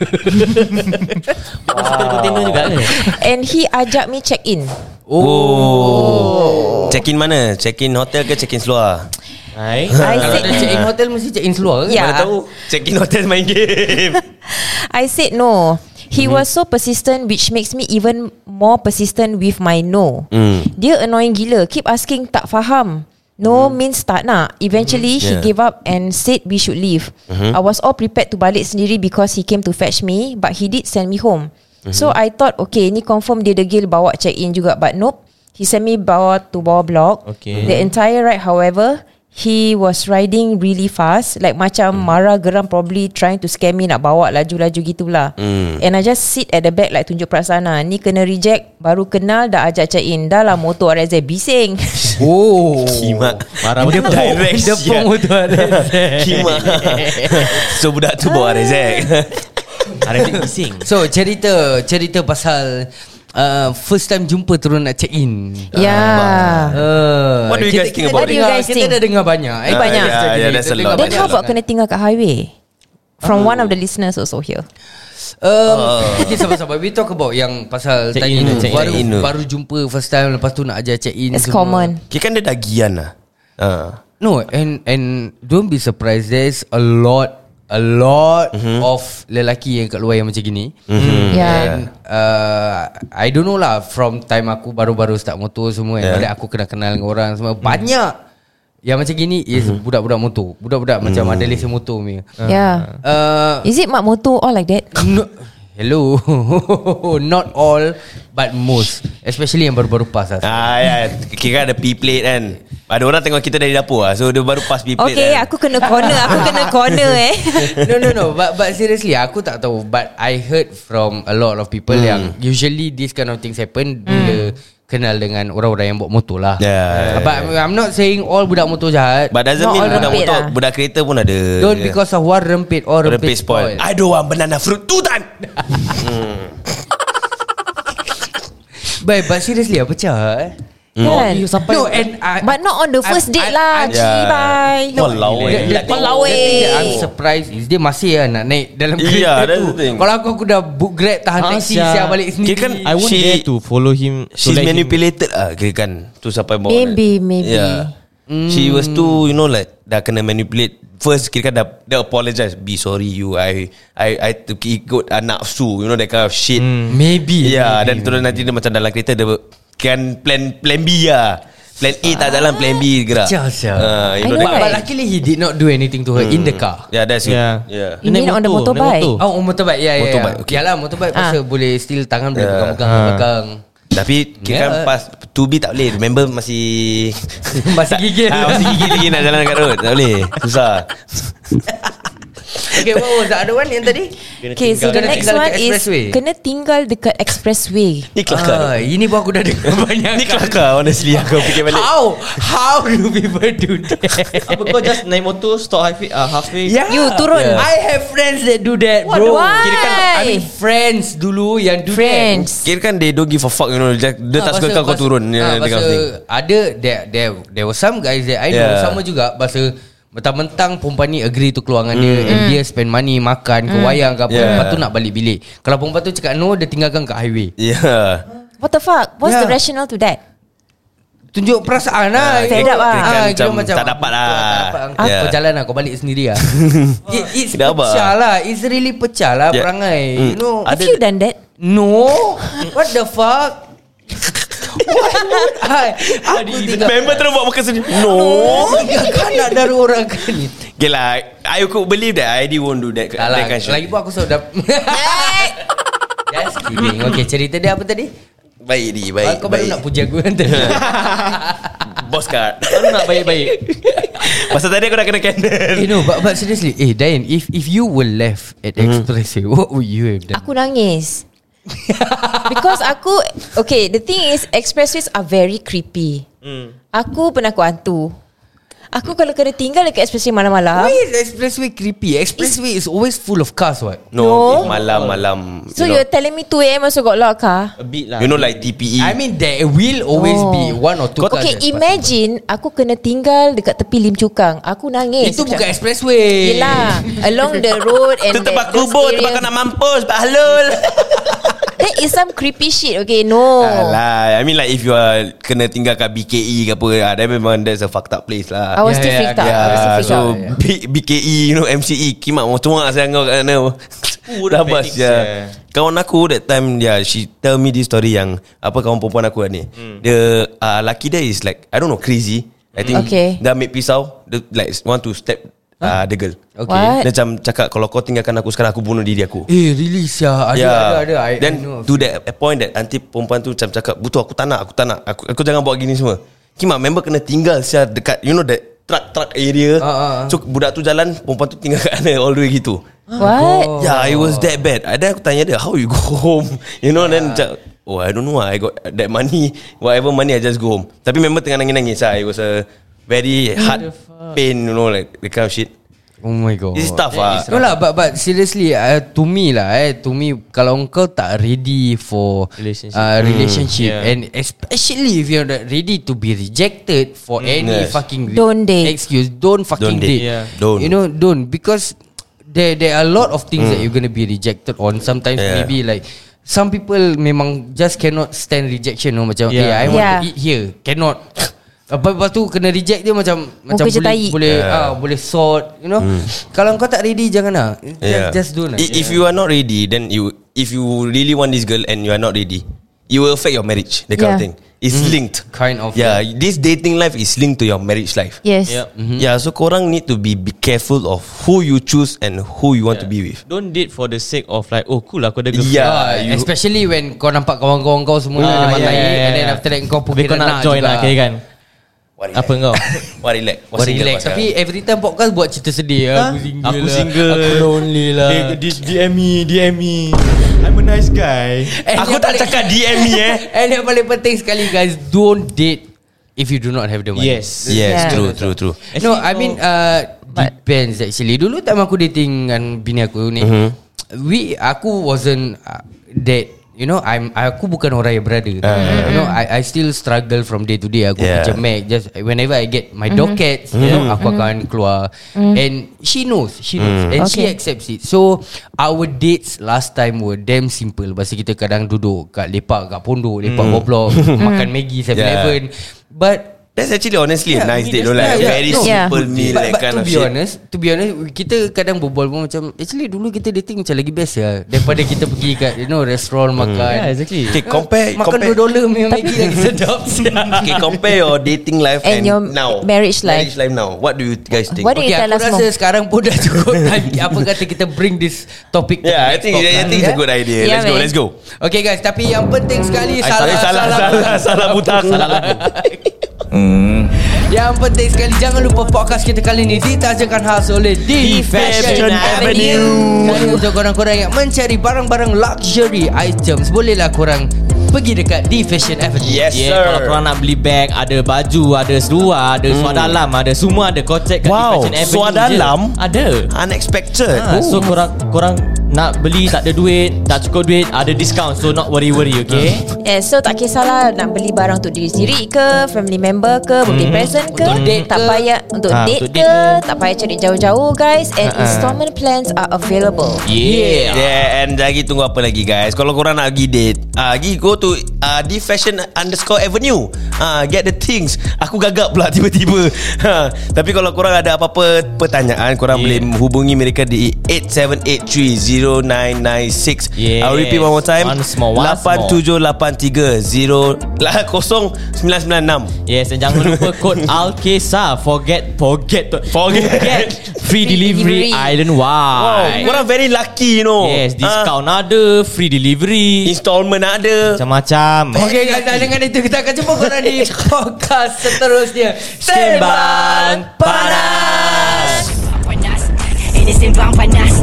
Container juga kan? ke?
and he ajak me check in.
Oh. Check-in mana? Check-in hotel ke check-in seluar?
Hai.
Ah,
Kalau
I
dah check
said,
in hotel Mesti check in seluar ke?
Ya.
Mana tahu check-in hotel main game.
I said
Mhm.
no. He was so persistent, which makes me even more persistent with my no.
Mm.
Dia annoying gila. Keep asking tak faham. No means tak nak. Eventually, he
Mm. Yeah. Mm-hmm.
gave up and said we should leave. I was all prepared to balik sendiri because he came to fetch me, but he did send me home.
Mm-hmm.
So I thought, okay, ni confirm dia degil bawa check in juga, but nope. He sent me bawa to bawah block.
Okay.
The entire ride, however, he was riding really fast. Like macam
Hmm.
marah geram probably trying to scare me nak bawa laju-laju gitulah.
Hmm.
And I just sit at the back like tunjuk perasaan lah. Ni kena reject, baru kenal dah ajak check in. Dah lah motor RZ bising.
Oh
Kimak.
Marah
Dia
betul.
direct
Dia
sial.
pun tu ada
Kimak. so budak tu bawa Rezek.
Hari ni bising.
So cerita Cerita pasal uh, First time jumpa Terus nak check in
yeah.
Uh,
What do you guys think about
Ya. What do you guys
Kita
think?
dah dengar banyak eh.
Ah,
Banyak.
yeah, yeah, that's a
Kita dengar
lot.
Then
banyak
how about
sangat.
lah, kan?
kena tinggal kat highway?
Oh.
From one of the listeners also here.
Um, okay, sabar-sabar. We talk about yang pasal
Check
tanya
in,
tu.
check in.
baru,
Check in Oh. tu.
baru jumpa first time, lepas tu nak ajar check in.
It's common.
Kira kan dia dah gian lah. Uh.
No, and and don't be surprised. There's a lot, a lot mm-hmm. of lelaki yang kat luar yang macam gini. Mm-hmm.
Yeah.
And uh, I don't know lah From time aku baru-baru start motor semua yeah. Mm-hmm. Balik aku kena kenal dengan orang semua Banyak Yang macam gini Is budak-budak motor Budak-budak macam ada lesen motor punya
Ah.
Yeah.
uh,
Is it mak motor all like that?
No. Hello Not all But most Especially yang baru-baru pas lah.
Ah, ya. Kira ada P-plate kan. Ada orang tengok kita dari dapur lah. So dia baru pass P-plate
Okay,
kan.
aku kena corner. Aku kena corner eh.
No no no But but seriously Aku tak tahu But I heard from A lot of people
Hmm.
Yang usually This kind of things happen Bila
Hmm.
Kenal dengan orang-orang yang bawa motor lah
Yeah.
But I'm not saying All budak motor jahat
But doesn't
Not
mean
all
budak
rempit
motor,
lah.
budak kereta pun ada.
Don't because of war rempit Or
Rempit
rempit
spoil.
spoil
I don't want banana fruit two time.
But, but seriously Apa cah eh
Kan?
You sampai
No and I,
But not on the
I-
first date
I-
lah.
I-
Cik, bye.
No, Walau
The-
eh.
the thing-
Walau
the thing
eh.
that I'm surprised is Dia masih lah nak naik Dalam
Yeah,
kereta
that's
tu
the thing.
Kalau aku aku dah book grab Tahan
Ah,
taxi
sia.
Siap balik sendiri
Kira kan
I won't
She-
dare to follow him. to
She's
let him-
manipulated ah kira kan tu sampai bawa.
Maybe, maybe.
Yeah. She was too you know like dah kena manipulate first kira kan dah, dah apologize be sorry you I I I to ikut uh, nafsu you know that kind of shit.
Hmm.
Mm.
Maybe
Yeah, dan terus nanti dia macam dalam kereta dia ber- kan plan plan B lah. Plan A tak dalam plan B gerak.
Sial, sial.
Ah, you know
But,
I know
that.
right?
but luckily he did not do anything to her In the car
Yeah, that's it.
Yeah.
Yeah.
You
Naik
mean on the
motor, naik
motorbike?
motor.
Hmm. Oh, on motorbike Ya, ya, ya
Motorbike, okay.
Yalah, motorbike
Ah.
Pasal boleh still Tangan boleh
Yeah.
pegang-pegang
Ah.
Pegang
Tapi kira kan
Yeah.
pas 2B tak boleh Remember masih
Masih gigil.
ha, Masih gigil lagi nak jalan kat road Tak boleh Susah
Okay, what was the other one yang tadi?
Okay, so the
Kena
next
tinggal
one
dekat
is
expressway.
kena tinggal dekat expressway.
Ni kelakar
Ah, Ini pun aku dah dengar banyak Ah.
Ni kelakar honestly Aku fikir balik
How? How do people do that?
Apa kau just naik motor stop halfway uh, halfway
Yeah.
You turun.
Yeah. I have friends that do that,
What?
bro.
Why?
Kira kan I mean friends dulu yang do that.
Friends.
Kira kan they don't give a fuck you know Dia, dia
Ah,
tak suka
pasal-
kau kau
pasal-
turun
ah,
ya, that kind of
pasal
thing.
Ada there, there, there were some guys that I know
Yeah.
Sama juga Pasal Mentang-mentang perempuan ni agree tu keluar dengan dia And dia spend money Makan ke wayang ke apa
Mm. Yeah.
Lepas tu nak balik bilik Kalau perempuan tu cakap no Dia tinggalkan kat highway
Yeah.
What the fuck? What's the
Yeah.
rationale to that?
Tunjuk perasaan lah
Fed
you know.
up lah.
Ah,
Kirakan
kira
macam tak dapat lah.
Tak dapat
Ah.
Kau
Yeah.
jalan lah Kau balik sendiri lah It, It's
Dah apa?
pecah lah It's really pecah lah
Yeah.
Perangai
Mm.
You know
Have
Ada-
you done that?
No What the fuck Why would I Aku tinggal
Member terus buat makan
Ah,
sendiri
Oh.
No
Tinggalkan anak dari orang ke ni
Okay lah I could believe that ID won't do that
Tak lah
that kind of shit.
Lagi pun aku sudah Just kidding Okay cerita dia apa tadi
Baik di Baik
Ah, Kau
baik.
baru nak puji aku kan tadi
Boss card
Baru nak baik-baik
Pasal tadi aku dah kena cancel
Eh no but, but seriously Eh Dayan If if you were left At Expressway What would you have done
Aku nangis. Because aku Okay the thing is Expressways are very creepy
Hmm.
Aku penakut hantu Aku kalau kena tinggal Dekat expressway malam-malam
Why is expressway creepy? Expressway is always full of cars what?
No,
No.
eh, Malam-malam
So
you
you're
know,
telling me 2am also got ah? a lot of car
Uh,
A bit lah
you know like E. TPE
I mean there will always oh.
Oh.
be one or two cars.
Okay
that's
imagine Aku kena tinggal Dekat tepi Lim Cukang Aku
passing.
nangis
Itu bukan expressway.
Yelah Along the road and
Itu tempat
that- those
kubur Tempat
area.
kau nak mampus Pak Halul
That is some creepy shit Okay no
Alah I mean like If you are Kena tinggal kat BKE ke apa ah, That memang That's a fucked up place
I
lah
was
Yeah,
still
yeah,
freaked out I was still
Yeah,
freaked out
so B- BKE You know MCE Kimak mau tuang Saya kau kat sana Dah
panic
bas ya.
sia.
Kawan aku that time yeah, She tell me this story yang Apa kawan perempuan aku ni Dia uh, Laki dia is like I don't know crazy I think
Okay.
Dah ambil pisau Dia like want to stab uh, The girl
Okay.
What?
Dia macam cakap Kalau kau tinggalkan aku sekarang Aku bunuh diri aku
Eh really sia Ada ada ada I,
Ya. Then
I know of-
to that point that Nanti perempuan tu macam cakap Butuh aku tak nak Aku tak nak Aku, aku jangan buat gini semua Kima member kena tinggal Sia dekat You know that Truck-truck area
Ah, ah, ah.
So budak tu jalan Perempuan tu tinggal kat sana All the way gitu
What
Oh.
Yeah it was that bad And Then aku tanya dia How you go home You know then macam Oh I don't know ah, I got that money Whatever money I just go home Tapi member tengah nangis-nangis lah It was a Very hard pain You know like The kind of shit
Oh my god.
It's tough ah.
No lah but, but seriously uh, To me lah eh To me Kalau kau tak ready for
Relationship.
uh,
Hmm,
relationship
yeah.
And especially if you're not ready to be rejected For any
Hmm, yes.
fucking re-
Don't date.
Excuse Don't fucking
Don't date.
date,
Yeah.
Don't. Hmm.
You know don't Because There there are a lot of things That you're gonna be rejected on Sometimes
Yeah.
maybe like Some people memang Just cannot stand rejection no? Macam yeah.
Yeah.
Hey I want
Yeah.
to eat here Cannot Lepas, lepas tu kena reject dia macam Macam
kerja
boleh,
tahi.
boleh yeah. ah, boleh sort you know kalau kau tak ready jangan lah just, just do lah
I- If you are not ready, then you if you really want this girl and you are not ready, it will affect your marriage. That kind of
Yeah.
thing. It's linked.
Mm. Kind of,
Yeah, this dating life is linked to your marriage life.
Yes
Yep.
Mm-hmm.
Yeah, so korang need to be be careful of who you choose and who you want to be with.
Don't date for the sake of like Oh cool aku ada
Yeah.
girlfriend
Ah,
you-
especially when kau nampak kawan-kawan kau semua
Ah,
ah, yeah,
yeah, yeah, yeah,
and then
yeah.
after that kau pun
Habis kau
kira
nak join lah kira kan Apa kau
What relax?
Buat relax Tapi every time podcast buat cerita sedih Aku single
Aku
lah.
single
Aku lonely lah
DM me DM me I'm a nice guy
And
aku
yang
tak
paling-
cakap DM ni eh.
And yang paling penting sekali guys Don't date If you do not have the money
Yes
Yes,
Yeah.
true, true, true.
No I mean uh, Depends actually Dulu time aku dating Dengan bini aku ni We Aku wasn't uh, That You know I'm Aku bukan orang yang berada You know I, I still struggle From day to day Aku
Yeah.
yeah. macam Mac Just whenever I get My dockets You know Aku akan keluar And she knows She knows And she
Okay.
accepts it So Our dates last time Were damn simple Pasal kita kadang duduk Kat lepak Kat pondok Lepak mm. Roblox Makan Maggi 7-Eleven But
That's actually honestly a nice date. No, like
yeah,
very
yeah. No.
simple meal,
But,
that
but
kind
to
of
be
shit.
honest To be honest Kita kadang berbual pun macam Actually dulu kita dating Macam lagi best ya Daripada kita pergi kat You know restoran makan
Yeah exactly
Hmm. Okay, compare,
Makan
compare.
$2 memang lagi lagi sedap
Okay, compare your dating life and,
And your
now
marriage life.
Marriage life now. What do you guys think?
What do you-
Okay
tell
aku
us
rasa
more.
sekarang pun dah cukup time. Apa kata kita bring this topic to
yeah, I
the next
think I
talk lah.
think it's a good idea.
Yeah,
let's go,
man.
let's go.
Okay guys Tapi yang penting sekali
I
Salah
salah, salah, salah, salah, butang. Salah lagu.
Yang penting sekali Jangan lupa podcast kita kali ini Ditajakan khas oleh The Fashion Avenue Jadi untuk korang-korang yang mencari Barang-barang luxury items Bolehlah korang Pergi dekat The Fashian Avenue
Yes,
Yeah,
sir. Hmm.
kalau korang nak beli bag Ada baju Ada seluar Ada suadalam Ada semua ada Kau check kat
Wow, Oh.
Fashion Avenue je.
suadalam?
Ada
Unexpected.
ha, So korang Korang Nak beli tak ada duit Tak cukup duit Ada discount So not worry worry okay
Hmm.
Yeah, so tak kisahlah nak beli barang untuk diri sendiri ke, family member ke, birthday present ke, tak payah untuk
Ah,
date ke,
untuk date
tak payah cari jauh-jauh guys and installment plans are available.
Yeah. yeah And lagi tunggu apa lagi guys Kalau korang nak pergi date uh, Pergi go to uh, The Fashion Underscore Avenue uh, Get the things Aku gagap pula tiba-tiba ha. Tapi kalau korang ada apa-apa pertanyaan Korang yeah. boleh hubungi mereka di 87830996
Yes.
I'll repeat one more time
Once more, once more.
8783 0996
Yes and jangan lupa Kod Alkesa Forget Forget
Forget.
forget Free
delivery.
delivery, Island
Wow,
wide
korang very lucky you know
Yes
Ah,
discount ada Free delivery
Installment ada
Macam-macam
Okey guys dan dengan itu kita akan jumpa korang di podcast seterusnya
Sembang Panas
Sembang panas Ini sembang panas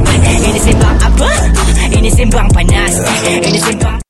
Ini sembang apa? Ini sembang panas Ini sembang